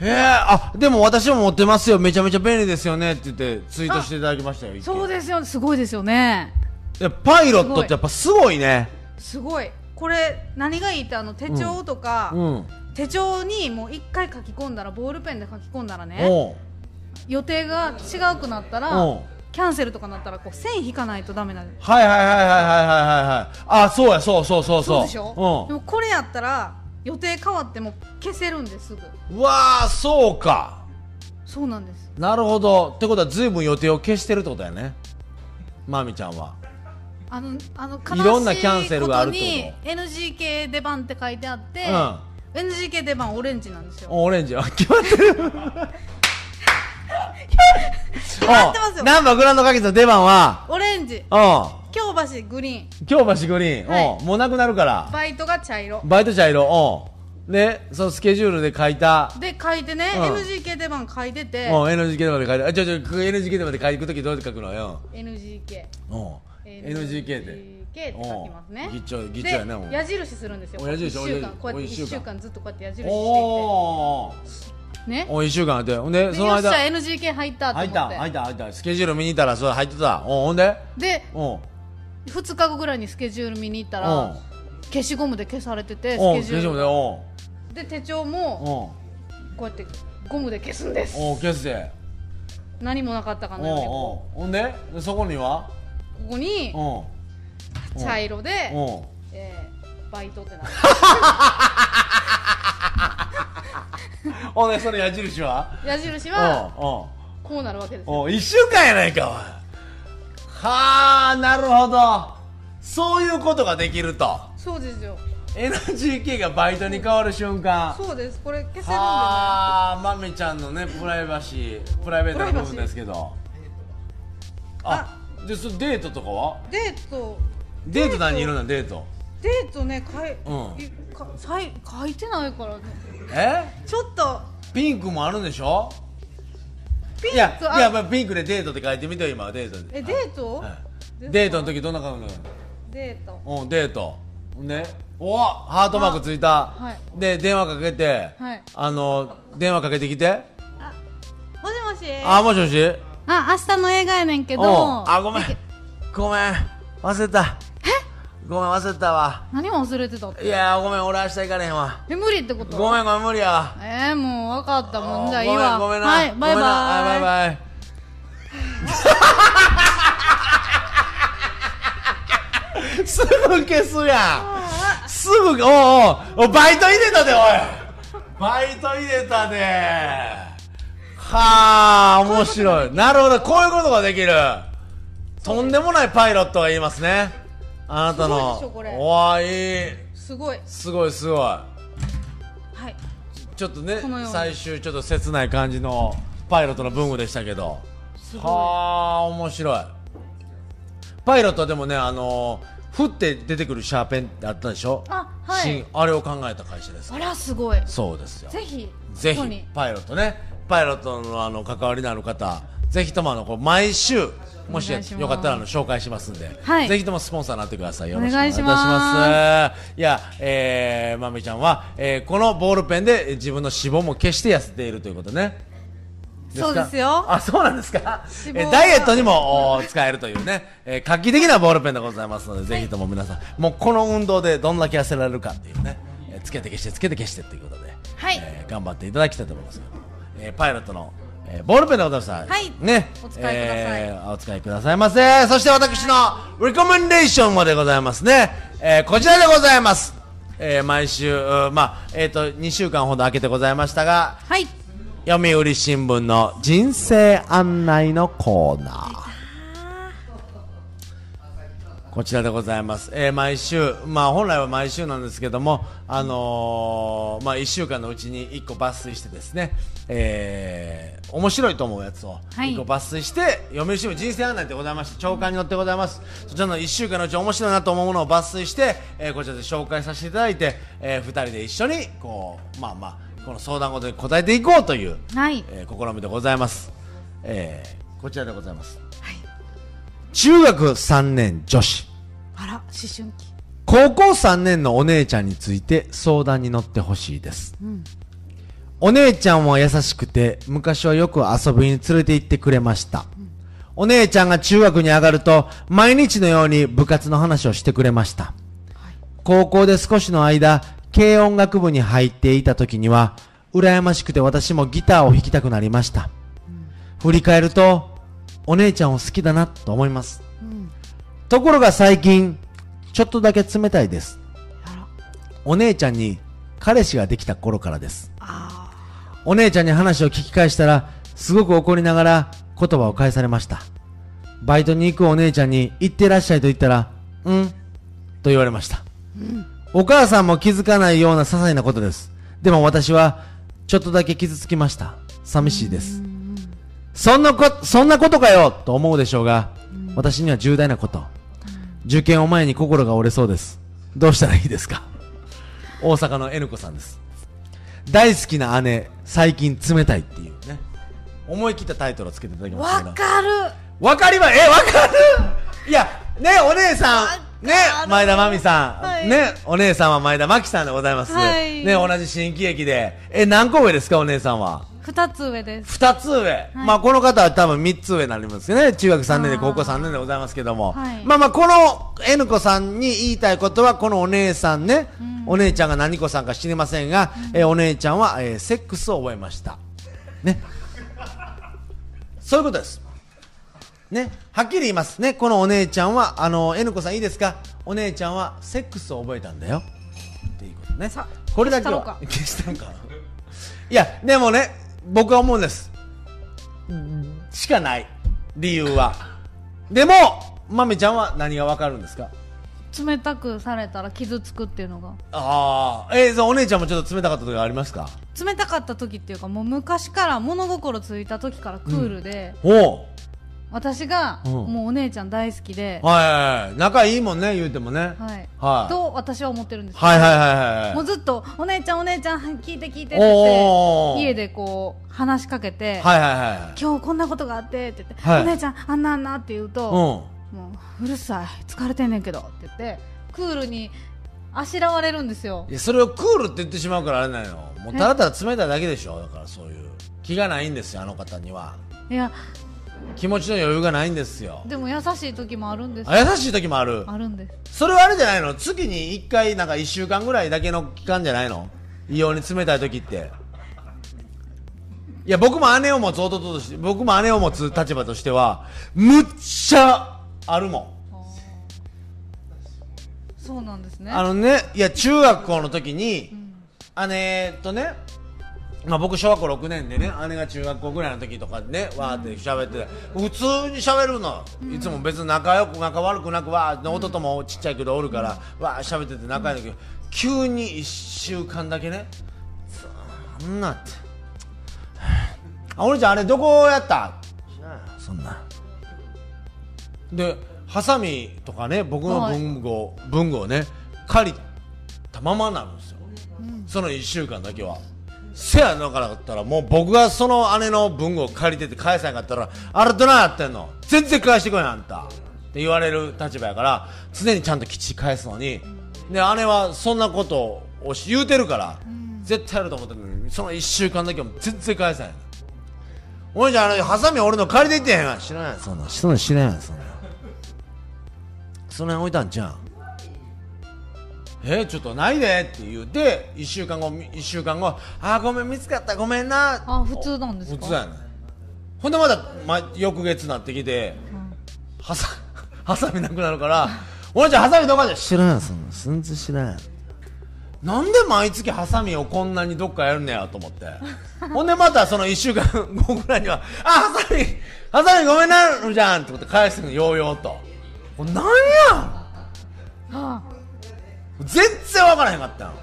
A: へえあでも私も持ってますよめちゃめちゃ便利ですよねって言ってツイートしていただきましたよ
B: そう
A: す
B: ですよすごいですよね
A: パイロットってやっぱすごいね
B: すごいこれ何がいいってあの手帳とか、
A: うん
B: 手帳にもう一回書き込んだらボールペンで書き込んだらね
A: おう
B: 予定が違うくなったら
A: おう
B: キャンセルとかなったらこう線引かないとダメなんです
A: はいはいはいはいはいはいはいあそうやそうそうそうそ
B: そう
A: う
B: でしょ、
A: う
B: でもこれやったら予定変わっても消せるんですすぐ
A: んうわあそうか
B: そうなんです
A: なるほどってことはずいぶん予定を消してるってことやねまみちゃんは
B: あのあの
A: いろんなキャンセルがあるってこと
B: 悲しいことに NGK 出番って書いてあって、NGK 出番オレンジなんですよ
A: オレンジは 決まってる決
B: まってますよ
A: ナンバーグランド花月の出番は
B: オレンジ
A: うん
B: 京橋グリーン
A: 京橋グリーン、
B: はい
A: うんもうなくなるから
B: バイトが茶色
A: バイト茶色うんねそのスケジュールで書いた
B: で書いてね、
A: うん
B: NGK 出番書いて
A: う
B: て、
A: ん NGK まで書いたあちょちょ NGK まで書いてくときどうやって書くのよ
B: NGK
A: うん NGK で
B: NGK って書きますね
A: うんぎっちょぎっちょや
B: で
A: ねもう
B: 矢印するんですよ
A: お矢印
B: 1週間
A: お
B: こう
A: 矢
B: やって
A: 印
B: 1週間ずっとこうやって矢印してい
A: おー
B: てね
A: お1週間あってほんで
B: で
A: その
B: よっしゃ
A: 間
B: NGK 入ったと思
A: 入
B: っ
A: ってた入った入ったスケジュール見に行ったらそれ入ってたうんほんで
B: で
A: うん
B: 2日後ぐらいにスケジュール見に行った
A: う
B: ら
A: ん
B: 消しゴムで消されてて
A: う
B: ス
A: ん
B: ケ
A: ス
B: ジ
A: ケ
B: ュ
A: ジュール
B: ール
A: でうん
B: で手帳も
A: うん
B: こうやってゴムで消すんです
A: うん消して
B: 何もなかったか
A: うんう
B: の
A: ん
B: ようにこ
A: ほんででそこには
B: うここに
A: うんん
B: 茶色で、
A: うん
B: えーバイトって なって
A: ほんでその矢印は
B: 矢印
A: うん
B: は
A: うん
C: こうなるわけですよ
A: お1週間やないかおいはあなるほどそういうことができると
C: そうですよ
A: NGK がバイトに変わる瞬間
C: そうですこれ消せるんでね
A: はあまめちゃんのねプライバシープライベートな部分ですけどあでそれデートとかは
C: デート
A: デート何人いるのデート
C: デートねかい、
A: うん
C: いかさい書いてないからね
A: え
C: ちょっと
A: ピンクもあるんでしょ
C: ピンク
A: いやい
C: あ
A: やまあピンクでデートって書いてみてよ今デートで
C: えデート、
A: はいデートの時どんな顔なの
C: デート
A: うんデートねおハートマークついた、
C: は
A: で電話かけて、
C: はい
A: あの電話かけてきて、
C: もしもし
A: あもしもし
B: あ明日の映画やねんけ
A: おう
B: ど
A: あごめんごめん忘れたえごめん忘れたわ
B: 何忘れてたって
A: いやーごめん俺明日行かれへんわ
B: え無理ってこと
A: ごめんごめん無理やわ
B: えー、もう分かったもんじゃあいい
A: あ
B: わ
A: ーごめんごめんな、
B: はいバイ
A: ごめんなあ
B: バ
A: バ
B: イ
A: イバイ すぐ消すやんすぐおうおうおバイト入れたでおいバイト入れたではあ面白いなるほどこういうことができるとんでもないパイロットが言いますねあなたの
C: すごいでしょこれ
A: おわいい
C: すごい
A: すごいすごい
C: はい
A: ちょっとね
C: このように
A: 最終ちょっと切ない感じのパイロットの文具でしたけど
C: す
A: は
C: ご
A: あ面白いパイロットはでもねあのー、ふって出てくるシャーペンってあったでしょ
B: あはい
A: 新あれを考えた会社です
B: そりゃすごい
A: そうですよ
B: ぜひ
A: ぜ
B: ここ
A: ひ
B: に
A: パイロットねパイロットのあの関わりのある方ぜひともあのこう毎週もし
B: お願いします
A: よかったらあの紹介しますんで、
B: はい
A: ぜひともスポンサーになってくださいよろしくお願いいたし
B: お
A: ますいや、えー、まみちゃんは、えーこのボールペンでえー自分の脂肪も消して痩せているということねか
C: そうですよ
A: あそうなんですか
C: 肪
A: え
C: は
A: ダイエットにもお使えるというね、えー画期的なボールペンでございますので、ぜひとも皆さんもうこの運動でどんだけ痩せられるかっていうね、えーつけて消してつけて消してっていうことで
C: はい
A: えー頑張っていただきたいと思いますけど、えーパイロットの、えーボールペンでございます
C: はい
A: ね
C: お使いください
A: ーお使いくださいませそして私のレコメンデーションもでございますね、えーこちらでございます、えー毎週うーまあえっ、と2週間ほど空けてございましたが
B: はい
A: 読売新聞の人生案内のコーナーこちらでございます、えー毎週、まあ、本来は毎週なんですけども、あのーまあ、1週間のうちに1個抜粋してですね、えー面白いと思うやつを
B: は
A: 1
B: い
A: 個抜粋して、読売新聞人生案内でございまして長官に載ってございますそちらの1週間のうち面白いなと思うものを抜粋して、えーこちらで紹介させていただいて、え2人で一緒にこうまあまあこの相談事に答えていこうという
B: はい
A: えー、試みでございます、えー、こちらでございます、中学3年女子
B: あら思春期
A: 高校3年のお姉ちゃんについて相談に乗ってほしいです、お姉ちゃんは優しくて昔はよく遊びに連れて行ってくれました、お姉ちゃんが中学に上がると毎日のように部活の話をしてくれました、高校で少しの間軽音楽部に入っていた時には羨ましくて私もギターを弾きたくなりました、振り返るとお姉ちゃんを好きだなと思います、ところが最近ちょっとだけ冷たいですお姉ちゃんに彼氏ができた頃からですお姉ちゃんに話を聞き返したらすごく怒りながら言葉を返されましたバイトに行くお姉ちゃんに行ってらっしゃいと言ったらうんと言われました、お母さんも気づかないような些細なことですでも私はちょっとだけ傷つきました寂しいですそんなこ、そんなことかよと思うでしょうが、私には重大なこと。受験を前に心が折れそうです。どうしたらいいですか大阪の N 子さんです。大好きな姉、最近冷たいっていうね。思い切ったタイトルをつけていただきましたけど。
B: わかる
A: わかりま、え、わかるいや、ね、お姉さん、ね、前田真美さん、
C: はい
A: ね、お姉さんは前田真紀さんでございます。
C: はい
A: ね、同じ新喜劇で。え、何個上ですか、お姉さんは。
B: 二つ上です
A: 二つ上、まあこの方は多分三つ上になりますよね中学三年で
B: あー
A: 高校三年でございますけども、
B: はい
A: まあまあこの N 子さんに言いたいことはこのお姉さんね、お姉ちゃんが何子さんか知りませんが、えーお姉ちゃんは、えーセックスを覚えましたねそういうことですねはっきり言いますねこのお姉ちゃんはあの N 子さんいいですかお姉ちゃんはセックスを覚えたんだよっていうことねこれだけは消したのかいやでもね僕は思うんですしかない理由はでもまめちゃんは何がわかるんですか
B: 冷たくされたら傷つくっていうのが
A: ああえー、そうお姉ちゃんもちょっと冷たかった時ありますか
B: 冷たかった時っていうかもう昔から物心ついた時からクールで、
A: おう
B: 私が
A: うん
B: もうお姉ちゃん大好きで、
A: はいはいはい仲いいもんね言うてもね
B: はい
A: はい
B: と私は思ってるんですけど
A: はいはいはいはい
B: も
A: は
B: う
A: い
B: ずっと「お姉ちゃんお姉ちゃんはい聞いて聞いて」って言
A: お
B: っ
A: ー
B: て家でこう話しかけて、
A: はいはいはい
B: 今日こんなことがあって」って言って「
A: はい
B: お姉ちゃんあんなあんな」って言う
A: う
B: と「もううるさい疲れてんねんけど」って言ってクールにあしらわれるんですよ
A: んいやそれをクールって言ってしまうからあれなんよもうただただ冷たいだけでしょだからそういう気がないんですよあの方にはい
B: や
A: 気持ちの余裕がないんですよ
B: でも優しい時もあるんです
A: あ優しい時もある
B: あるんです
A: それはあれじゃないの月に1回なんか1週間ぐらいだけの期間じゃないの異様に冷たい時っていや僕も姉を持つ弟として僕も姉を持つ立場としてはむっちゃあるもん
B: そうなんですね
A: あのね、いや、中学校の時に、姉とね、まあ、僕、小学校6年でね、姉が中学校ぐらいの時とかね、わーって喋って、普通に喋るの、いつも別に仲良く、仲悪くなく、わーって、弟もちっちゃいけどおるから、わー喋ってて仲いいんだけど、急に1週間だけね、そんなって、あ、お姉ちゃん、あれ、どこやった知らんよそんなん。でハサミとかね僕の文具を,、文具をね借りたままなんですよ、その1週間だけはせやなかったらもう僕がその姉の文具を借りてて返さなかったらあれどないやってんの全然返してこいあんたって言われる立場やから常にちゃんときっちり返すのにで姉はそんなことをし言うてるから、絶対やると思ってるのにその1週間だけは全然返さないお姉ちゃんあのハサミ俺の借りていってへんわ知らんやんそんなんそんなん知らんやんそんなんその辺置いたんじゃんえーちょっとないでって言うて1週間後1週間後あーごめん見つかったごめんな
B: あ普通なんです
A: 普
B: か
A: 通やねほんでまだ、ま、翌月になってきて、はさ ハサミなくなるから「お姉ちゃんハサミどこかで知らんやんそんなん全然知らんやん」なんで毎月ハサミをこんなにどっかやるんねやと思ってほんでまたその1週間後ぐらいには「あハサミハサミごめんなじゃん」ってことで返すのようようとこれなんや
B: は
A: ん全然わからへんかったん
B: い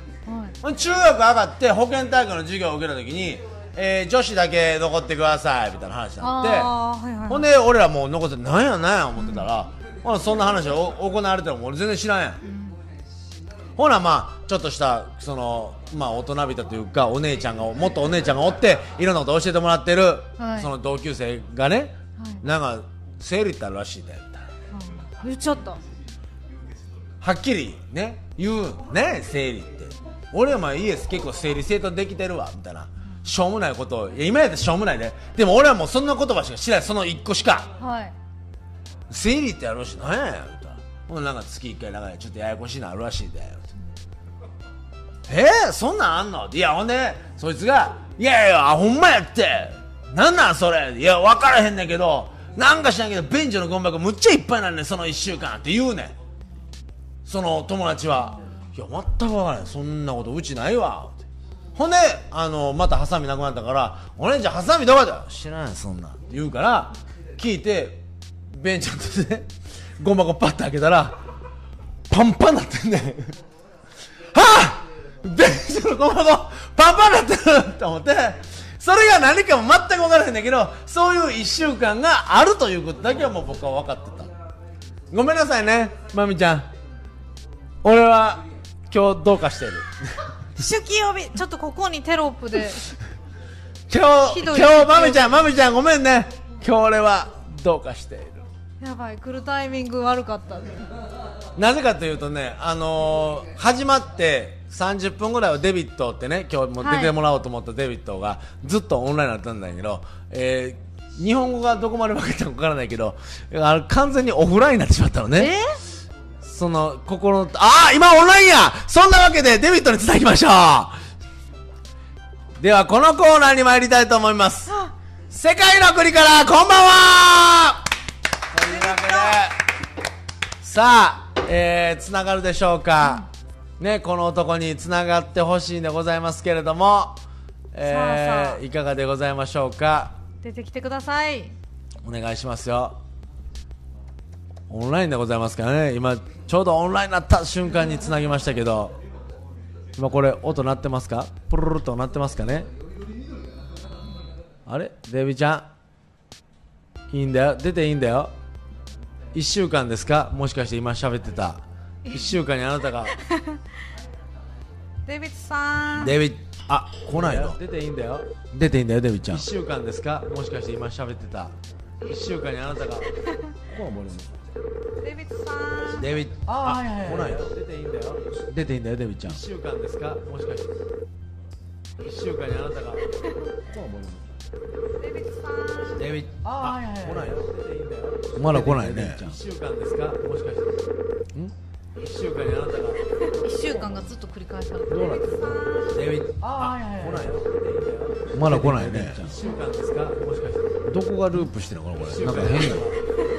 B: はい
A: 中学上がって保健体育の授業を受けた時に、えー女子だけ残ってくださいみたいな話になっ
B: あーはいはい
A: て
B: はい
A: ほんで俺らもう残ってなんやなんや思ってたら、ほなそんな話がお行われてるのも俺全然知らんやん、ほなまあちょっとしたそのまあ大人びたというかお姉ちゃんがもっとお姉ちゃんがおっていろんなこと教えてもらってる、
B: はい
A: その同級生がね、
B: はい
A: なんか生理ってあるらしいでみたいな
B: あ言っちゃった
A: はっきりね言うね生理って俺はまあイエス結構整理整頓できてるわみたいなしょうもないことをいや今やったらしょうもないねでも俺はもうそんな言葉しか知らないその一個しか
B: はい
A: 生理ってやろうしなんやねん言うたらほんならなんか月一回なんかちょっとややこしいのあるらしいで言うてえー、そんなんあんのいやほんでそいつが「いやいやあほんまやってなんなんそれいや分からへんねんけどなんか知らんけど便所のゴミ箱むっちゃいっぱいなんねんその1週間」って言うねんその友達は「いや全く分からないそんなことうちないわ」ってほんであのまたハサミなくなったから「お姉ちゃんハサミどこだ?」「知らんよそんなん」って言うから聞いてベンチャーとねゴミ箱パッと開けたらパンパンなってんねん はあベンチャーのゴミ箱パンパンなってると思ってそれが何かも全く分からへんねんけどそういう1週間があるということだけはもう僕は分かってたごめんなさいねまみちゃん俺は今日どうかしてる
C: 手記呼びちょっとここにテロップで
A: 今日
C: ひ
A: 今
C: どい
A: 日まみちゃんまみちゃんごめんね今日俺はどうかしている
B: やばい来るタイミング悪かった
A: なぜかというとね、あのー始まって30分ぐらいはデビットってね今日も出てもらおうと思ったデビットがずっとオンラインだったんだけど、えー日本語がどこまで分けたのかわからないけどあの完全にオフラインになってしまったのね。
B: え
A: その心のああ今オンラインやそんなわけでデビットにつなぎましょうではこのコーナーに参りたいと思います世界の国からこんばんは
D: というわけで
A: さあ、えー、つながるでしょうか、ねこの男につながってほしいんでございますけれどもえー
B: さあさあ
A: いかがでございましょうか
B: 出てきてください
A: お願いしますよオンラインでございますからね今ちょうどオンラインになった瞬間につなぎましたけど今これ音鳴ってますかプルルルと鳴ってますかねあれデイビーちゃんいいんだよ出ていいんだよ1週間ですかもしかして今喋ってた1週間にあ なたが
C: デイビッドさん。
A: デイビッあ来ないの
D: 出ていいんだよ
A: 出ていいんだよデイビーちゃん
D: 1週間ですかもしかして今喋ってた1週間にあなたがここは漏れます
C: デイビッドさん。
A: デイビッ
D: あ
A: あ来ない の
D: 出ていいんだよ1
A: 出ていいんだよデイビーちゃん
D: 週間ですかもしかして1週間にあなたがここは漏れます
C: デイビッドさん。
A: デイビッ
D: あ来ないの出ていいんだよ
A: まだ来ないね
D: 1週間ですかもしかして1週間にあなたが
B: 一週間がずっと繰り返されて
A: どうなってるのデイビッあ来ないのまだ来ないね
D: 1週間ですかもしかして
A: どこがループしてるのかなこれなんか変な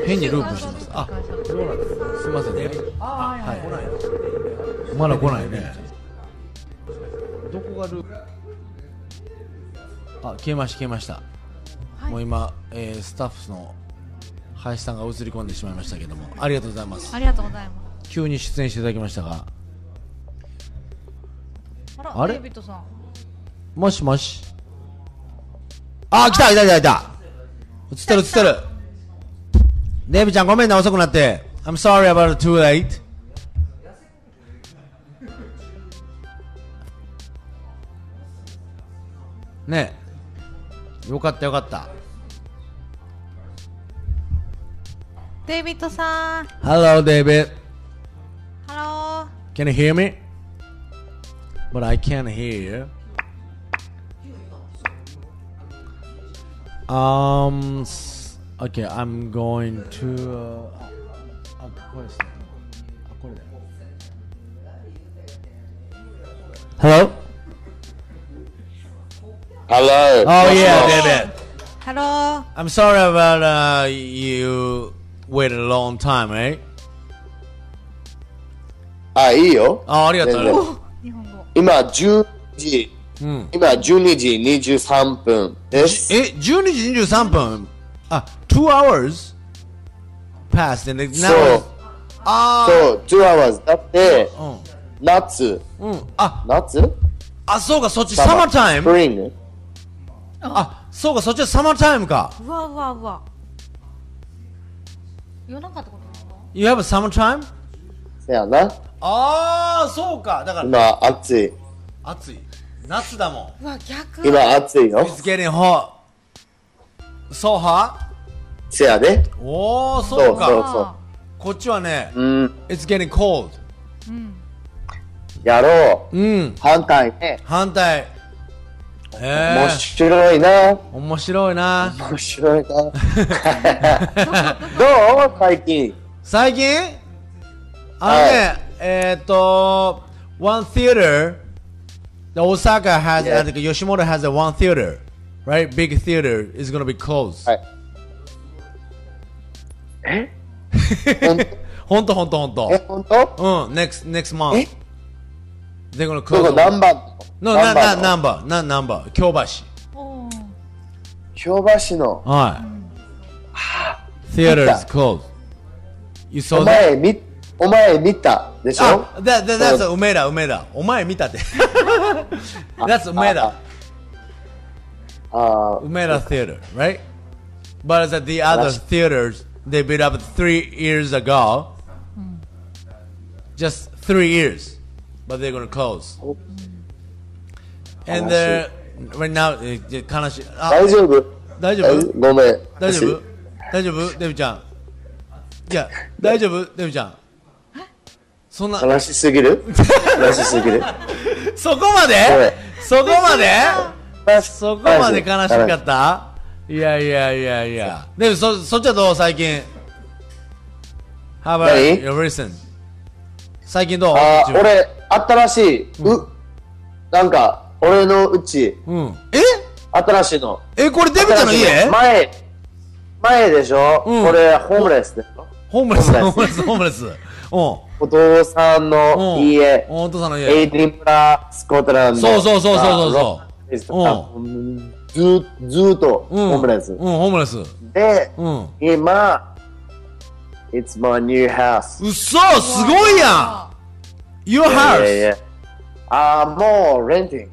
A: 変にループしてますあ
B: あ
A: どうなってるのすいませんデイビッあはい来ないのまだ来ないねどこがループあ消えました消えましたもう今、えースタッフの林さんが映り込んでしまいましたけどもありがとうございます
B: ありがとうございま
A: 急に出演していただきましたが
B: すあら
A: あれ
B: デイビッドさん
A: もしもしあ来た来た来た来た映ってる映ってるデイビちゃんごめんね遅くなって I'm sorry about too late ねえよかったよかった
C: デイビッドさん。
A: Hello David
C: ハ
A: Can you hear me? But I can't hear you. Um. s- Okay, I'm going to. Uh, a, a question. A question. Hello.
E: Hello.
A: Oh
E: What's
A: yeah,
E: up?
C: ロー。
A: David.
C: ハロ
A: I'm sorry about uh, you waited a long time, right?
E: あ、いいよ。
A: あありがとう
E: 全然
B: 日本語
E: 今、10時、
A: うん
E: 今、12時23分です。
A: え、12時23分。あ、2 hours passed and it's
E: そ
A: now.
E: う、
A: ああ。
E: そう、2 hours。だって、
A: う
E: 夏、
A: ん。うん。あ、
E: 夏
A: あ、そうか、そっちサマータイム
E: ?Spring?
A: あ、そうか、そっちはサマータイムか。
C: ー。うわうわうわ。
B: 夜中ってことなの
A: You have a summer time?
E: せやな。
A: ああ、そうか。だから、
E: 今、暑い。
A: 暑い。夏だもん。
C: うわ逆。
E: 今、暑いよ。
A: It's getting hot. So hot?
E: せやで。
A: おー、
E: そ
A: そうう
E: そ
A: か。
E: うそ
A: こっちはね
E: う。、うん。
A: It's getting cold.
E: やろう。
A: うん。
E: 反対ね。
A: 反対。え
E: 面白いな。
A: ー、面白いな。
E: 面白いな。どう 最近。
A: 最近あのね、えっ、ー、と、One Theater, the Osaka has,
E: Yeah.
A: I think Yoshimoto has a One Theater, right? Big Theater is gonna be closed.
E: はい。
A: ほんとほんとほん
E: え、
A: と。
E: 本当？
A: うん、next, next
E: え
A: month. They're gonna
E: ど
A: close.
E: こ何番
A: No, not,
E: 何
A: not
E: 番
A: number,
E: の
A: not number. 京橋。
B: おー、
E: 京橋の
A: はい。Theater is closed. You
E: お
A: saw that?
E: 前みお前見たでしょ
A: あ、that, that, that's 梅田、梅田。お前見 たって。that's 梅田。
E: あー
A: Umeda Theater, right? But as at the other
E: That's-
A: theaters, they built up three years ago. Just three years, but they're gonna close. And they're right now. It, it kind of.
E: 大丈夫
A: 大丈夫
E: ごめん
A: 大丈夫
E: 私
A: 大丈夫デブちゃん。いや、大丈夫デブちゃん。そんな、
E: 悲しすぎる悲しすぎる
A: そこまでそこまでそ
E: そ
A: こまで悲しかったいやいやいやいや。でもそ、そっちはどう最近。How about
E: 何
A: your recent? 最近どうこ
E: あー
A: っちは
E: 俺新しいうなんか俺のうち
A: うん。え
E: 新しいの
A: え、これデブちゃんの
E: 新しい
A: 家
E: 前前でしょ
A: うん
E: 俺ホームレスで
A: ホームレス、ホーム
E: ホー
A: レス、ホームレス。う
E: お父さん
A: ん。う
E: の
A: ん。
E: 家
A: お父さんの
E: エ
A: 家。
E: イディンブラスコットランド
A: そうそうそうそうそうそう
E: ロンドン
A: う
E: ずーずーっと
A: うん、
E: ホームレス
A: うん、。ホームレス。
E: で、
A: うん。
E: 今、It's my new house.
A: うそすごいやん !Your
E: いやい
A: house!
E: やあー、もう、renting。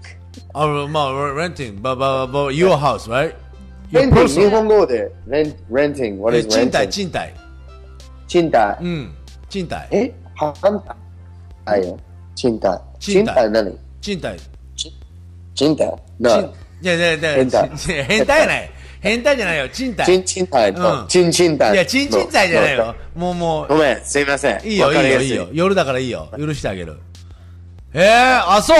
A: あ、まあ、renting, but, but, but, your house, right? Your
E: renting、日
A: personal.
E: 本語で、rent- renting。What
A: え
E: is
A: 賃貸、
E: renting?
A: 賃貸。
E: 賃貸。
A: うん。賃貸。
E: え反対よ。賃貸。
A: 賃貸
E: 賃貸何
A: 賃貸。
E: 賃貸
A: 賃
E: な、
A: いやいやいや、
E: 変態
A: ち変態やない。変態じゃないよ、賃貸。
E: 賃賃貸
A: うん
E: と、賃賃貸。
A: いや、賃賃貸じゃない
E: の
A: よ。。もうも
E: ごめん、すいませ
A: う、
E: ん。
A: いいよ、
E: わ
A: い
E: かり
A: い
E: や
A: よ、
E: す
A: いいよ。。夜だからいいよ。許してあげる。えー、あ、そう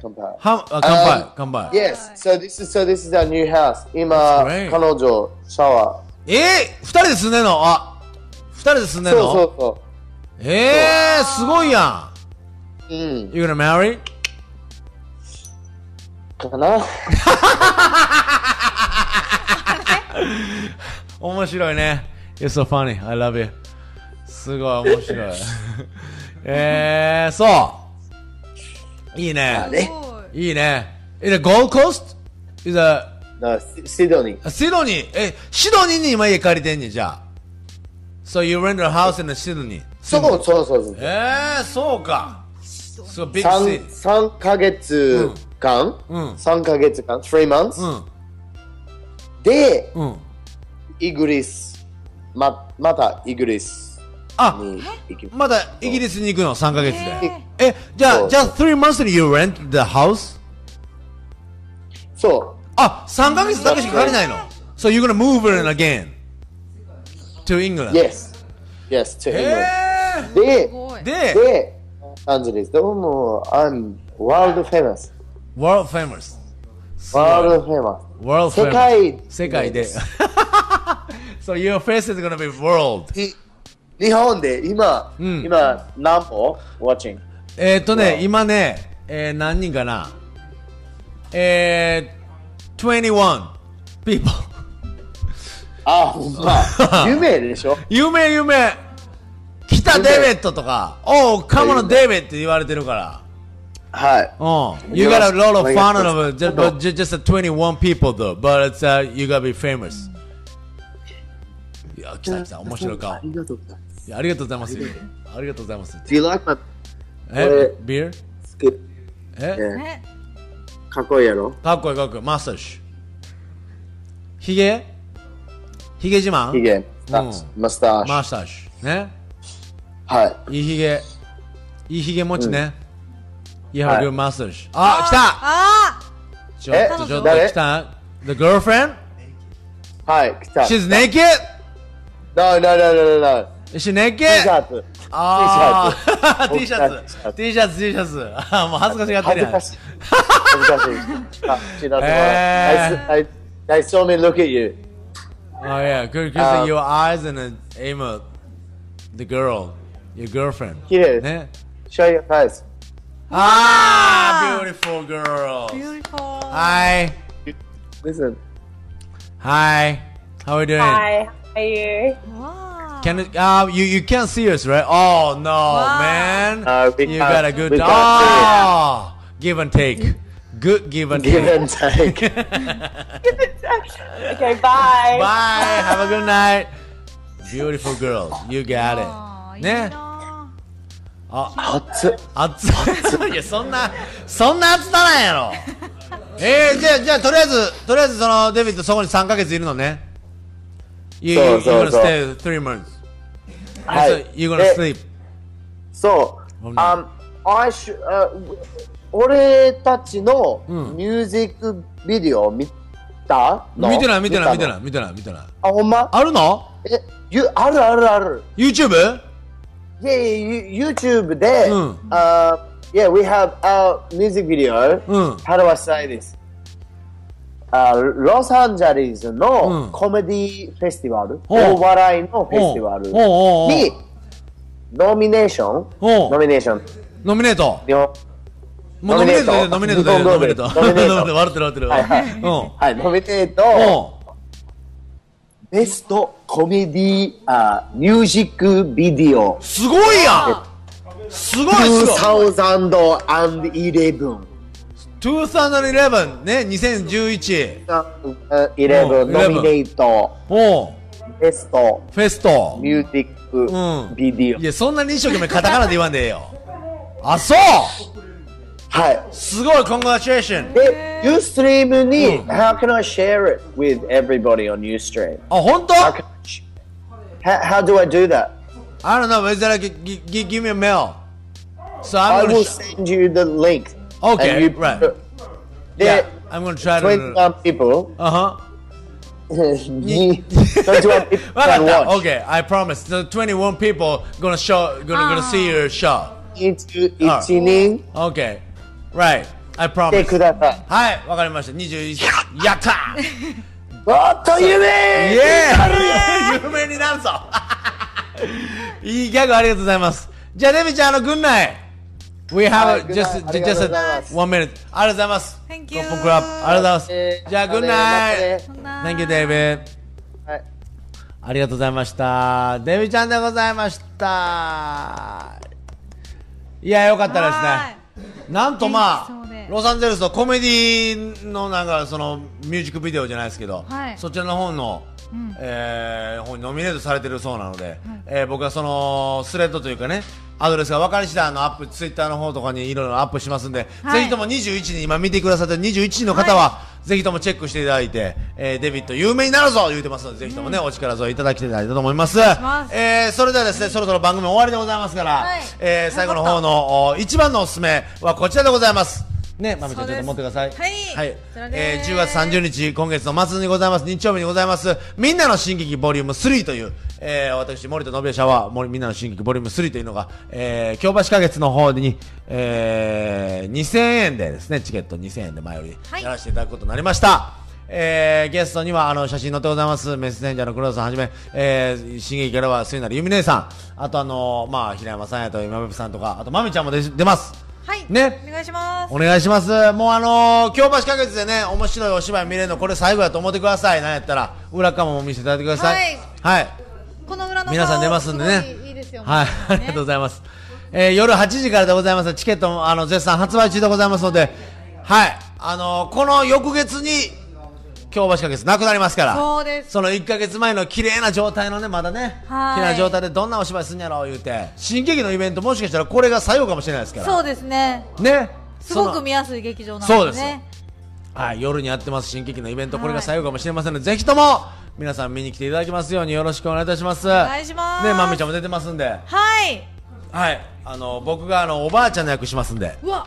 E: 乾杯。
A: はあ乾杯、乾杯。
E: Yes, so this is so this is our new house. 今
A: That's great.
E: 彼女シャワ
A: えー、二人で住んでんのあ、二人で住ん
E: ー。
A: でんの
E: そうそうそ
A: えー、すごいや
E: う。う
A: ん。。
E: ん
A: You gonna marry?
E: か な。
A: 面白いね。You're so funny. I love you. すごい面 白い。えー、そう。いいね。
E: れ
A: いいね。え、Gold Coast? is a
E: なシシドニー。
A: シドニー。え、シドニーに今家借りてんねん、じゃあ。So you rent a house in Sydney.
E: そうそうそうそう。
A: えー、そうか。そう、ビッグシ
E: 三三ヶ月間
A: うんう。ん
E: 三ヶ月間。three
A: う
E: months。
A: ん、
E: で
A: うん。
E: イギリス。ままたイギリス
A: あ、
E: に行きま
A: まだイギリスに行くの、3ヶ月で。
E: す。
A: え、じゃ
E: そ
A: あ、
E: う
A: じゃあ、3 months you rent the house?
E: そ
A: あ、3ヶ月だけしか借りないの。So you're gonna move in again to
E: う。
A: England.
E: Yes. Yes. To
A: え
E: England. です
B: ご
A: で、
B: い
E: でロサンゼルス。どうも I'm world famous.
A: world famous. すごい
E: world famous.
A: world famous.
E: 世界
A: 世界で
E: です。
A: so your face is gonna be world.
E: ひ日本で今、
A: うん
E: 今何歩 watching
A: えーっとね、
E: Wow.
A: 今ね、えー、何人かなえー、21 people.
E: あほん ま夢でしょ
A: 有名有名。北
E: 有
A: デ
E: 名
A: ビットとか、Oh, come
E: 有
A: on,
E: 名
A: David って言われてるから。
E: はい
A: うん you got a lot of
E: お願いし
A: fun
E: ます
A: of just, but ju- just, uh, 21 people though, but it's, uh, you gotta be famous. いや、来た来た、面白い顔。
E: あ
A: い
E: りがとうございます
A: やありがとうございます。ありがとうございます。
E: Do you like my
A: え、ビール
E: skip?
A: え、
E: ね
B: ね
E: かっこいいやろ
A: かっこいいかっこいい、マッサージ。ひげひげ自慢
E: ヒゲマスマスターシ
A: マ
E: ュ
A: ッサージ。ね
E: はい
A: いひげ。いいひげ持ちね。You have
E: は
A: a
E: い
A: good mustache. あ、
C: あ
A: 来たちょっと
E: え
A: ちょっと
E: 誰
A: 来た ?The girlfriend?
E: はい来た
A: She's naked?
E: No no no no no no
A: Is she naked?
E: T シャツ
A: あ あ T
E: T シ
A: シ
E: ャ
A: ャ
E: ツ
A: ツ T シャツ T シャツあーもう恥ずかしがってる
E: 恥ず
A: やん
E: かしい 恥ずかしいあ知ら
A: え
E: せ
A: ー
E: もらう I- I I saw me look at you
A: Oh yeah good good
E: Um,
A: your eyes and then aim at the girl your girlfriend
E: 綺麗です
A: ね
E: Show your face
A: ああ Ah! beautiful girl
C: ー Beautiful
A: Hi
E: Listen
A: Hi How are you doing?
F: Hi, how are you?
C: Wow.
A: Can it, uh, you you can't see us right? Oh no man
E: Uh, we
A: You
E: can't-
A: got a good
E: we can't
A: oh give and take good give and
E: Give
A: take
E: and take
F: okay, bye.
A: Bye. Have a good night. Beautiful girl. You got it. Oh, ね。
E: 熱っ
A: 熱い。いや、そんな、そんな熱さなんやろ。えー、じゃあ、じゃあ、とりあえず、とりあえず、その、デビッド、そこに3ヶ月いるのね。You, you,
E: そうそう
A: you're gonna
E: そう
A: stay three months.
E: はい
A: So you're gonna
E: で
A: sleep.
E: そう、
A: うん
E: um, I s h u 俺たちの
A: うん
E: ミュージックビデオ見たの。
A: 見てない、見てない、見てないい、見てない、見てない。
E: あ、ほんま
A: あるの
E: え、ゆあるあるある。
A: ?YouTube?
E: いやいや、ゆ YouTube で、
A: う
E: うん yeah, we have a music video.
A: うん。
E: How do I say this? あロサンゼルス
A: うん
E: のコメディフェスティバル、
A: ほう
E: 大笑いのフェスティバ
A: おう
E: ル
A: おうおう
E: にノミネーション、
A: おう
E: ノミネーション、
A: ノミネート。
E: 日本
A: もうノミネートだよ、ノ
E: ノ
A: ミ
E: ミ
A: ネー
E: ネ
A: ト
E: ート
A: だよ、ノ
E: ノ
A: ミ
E: ミ
A: ネ
E: ネ
A: ー
E: ー
A: ト。
E: ト
A: ノミネー
E: ノミネー
A: ト、
E: ト
A: 笑ってる、笑ってる。
E: はいはい
A: うん。
E: はい、ノミネート、
A: おう
E: ベストコメディあミュージックビデオ
A: すごいやんすごいすごい
E: 2011
A: 2011ね2011う
E: 2011
A: ん
E: ノミネート
A: おう
E: ベスト
A: フェスト
E: ミュージックビデオ
A: い。やそんなに一生懸命カタカナで言わんでええよあそう
E: はい。
A: すごいコングラチュエーション
E: で、Ustream に、
A: うん
E: How can I share it with everybody on Ustream?
A: あ本当
E: How, can I sh- how, how do I do that?
A: I don't know whether I can g- g- give me a mail so
E: I
A: I'm gonna
E: will
A: sh-
E: send you the link.
A: Okay,
E: And you-
A: right.
E: Yeah,
A: I'm gonna try to
E: 21 people.
A: あは
E: 21 people
A: わか
E: can
A: った
E: watch.
A: OK I promise the 21 people gonna show gonna, gonna see your show
E: 21人
A: OK right I
E: 来て
A: promise
E: ください。
A: はい、わかりました。21、やったー
E: あっと夢
A: イエ ーイ有名になるぞ いいギャグありがとうございます。じゃあ、レミちゃん、あの、軍内 We
E: は
A: have
E: い
A: just, just
E: 軍内ありがとうございます
A: one minute. ありがとうございます。
C: Thank you
A: コップクラップありがとうございます。じゃあ、軍内
E: イ
A: Thank you, David.
E: はい
A: ありがとうございました。デビちゃんでございました。いや、よかったですね。なんとま
B: 元気そうで
A: あ、ロサンゼルスのコメディのなんかそのミュージックビデオじゃないですけど、
B: はい
A: そちらの方の、
B: ん
A: えー方にノミネートされてるそうなので、えー僕はそのスレッドというかね、アドレスが分かり次第あのアップ、ツイッターの方とかにいろいろアップしますんで、
B: はい
A: ぜひとも21人、今見てくださってる21人の方は、ぜひともチェックしていただいて、えーデビット有名になるぞ言うてますので、ぜひともね、お力添えいただきたいなと思います。
B: ます
A: えーそれではですね、そろそろ番組終わりでございますから、
B: はい
A: えー最後の方のお一番のおすすめはこちらでございます。ね、まみちゃんち
B: そ
A: ょっと
B: うです
A: 持ってください。
B: はいこちら
A: え
B: で
A: ー
B: す
A: 10月30日、今月の末にございます、日曜日にございます、みんなの新劇ボリューム3という、えー私、森田信也社は、森みんなの新劇ボリューム3というのが、えー京橋花月の方に、えー2000円でですね、チケット2000円で前より
B: はい
A: やらせていただくことになりました。えーゲストにはあの写真載ってございますメッセンジャーの黒田さんはじめ、えー、新劇からは末成由美姉さんあとあのまあ、平山さんやと今部さんとかあとまみちゃんも出出ます
C: はい。
A: ね
C: お願いします。
A: お願いします。もうあのー、京橋花月でね、面白いお芝居見れるの、これ最後やと思ってください。なんやったら、裏かも見せていただいてください。はい。
B: この裏の顔
A: 皆さん出ますんでね。
B: ごいいいですよ
A: はい。 ありがとうございます。えー夜8時からでございます。チケットも、あの、絶賛発売中でございますので、はい。あのー、この翌月に、京橋花月なくなりますから。
C: そうです。
A: その1ヶ月前の綺麗な状態のね、まだね、
C: はい
A: 綺麗な状態でどんなお芝居すんやろう言うて、新劇のイベントもしかしたらこれが最後かもしれないですから。
C: そうですね。
A: ね。
C: すご
A: そ
C: く
A: の
C: 見やすい劇場なんですね。
A: そうですはい、夜にやってます新喜劇のイベント、これが最後かもしれませんので、ぜひとも皆さん見に来ていただきますようによろしくお願いいたします。お
C: 願いします
A: ね、まみちゃんも出てますんで、
C: はい。
A: はい、あの僕があのおばあちゃんの役しますんで、
C: うわ、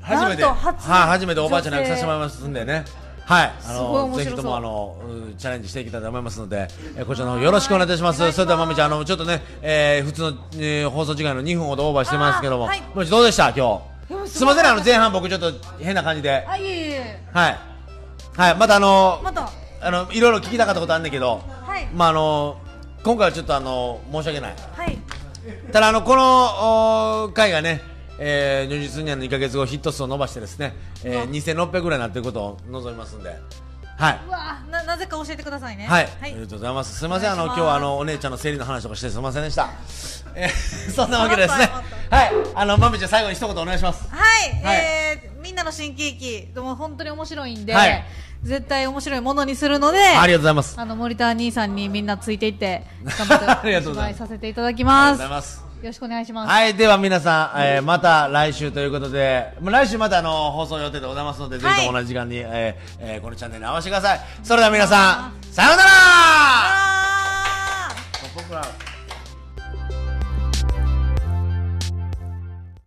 A: 初めて、
C: なんと
A: はい、
C: 初
A: 初めておばあちゃんの役させてもらいますんでね。はい、あ
C: すごい
A: の
C: 面白そう
A: ぜひともあのうんチャレンジしていきたいと思いますので、えこちらの方よろしくお願いいたします。それではまみちゃんあのちょっとね、えー普通の、えー放送時間の2分ほどオーバーしてますけども、
C: あーはい
A: もう一度どうでした今
C: いやも
A: 日？
C: う
A: す
C: す
A: み
C: ご
A: ま
C: い
A: せんねあの前半僕ちょっと変な感じで。
B: あいえいえ
A: はい。はい、またあの、
C: また。
A: あの、いろいろ聞きたかったことあるんだけど、
C: はい
A: まああの、今回はちょっとあの、申し訳ない。
C: はい。
A: ただあの、この、お回がね、えー、如実にあの2ヶ月後ヒット数を伸ばしてですね、えー、2600ぐらいになってることを望みますんで、はい。
C: うわ、ななぜか教えてくださいね。
A: はい、あ
C: は
A: り
C: い
A: がとうございます。すみません、あ
C: お
A: の
C: 願いし
A: 今
C: ます
A: 日はあのお姉ちゃんの生理の話とかしてすみませんでした。えー、そんなわけでです
C: あ
A: ね
C: ったあっ。
A: はい、あのまみちゃん最後に一言お願いします。
C: はい、
A: はい
C: えーみんなの新喜劇、でも本当に面白いんで、
A: はい
C: 絶対面白いものにするので、
A: あ
C: あ
A: りがとうございます。
C: の、森田兄さんにみんなついていって、頑
A: あ
C: 張っ
A: り
C: て
A: が
C: お
A: とうござ
C: 芝
A: い
C: 居
A: ます
C: させていただき
A: ありがと
C: ま
A: うご
C: す。
A: ざい
C: よ
A: ます。
C: ろしくお願いします。
A: はい、では皆さん、えーまた来週ということで、もう来週またあの放送予定でございますので、
C: はい
A: ぜひとも同じ時間に、えーえーこのチャンネルに合わせてください。それでは皆さん、さようなら
C: あー
A: 僕ら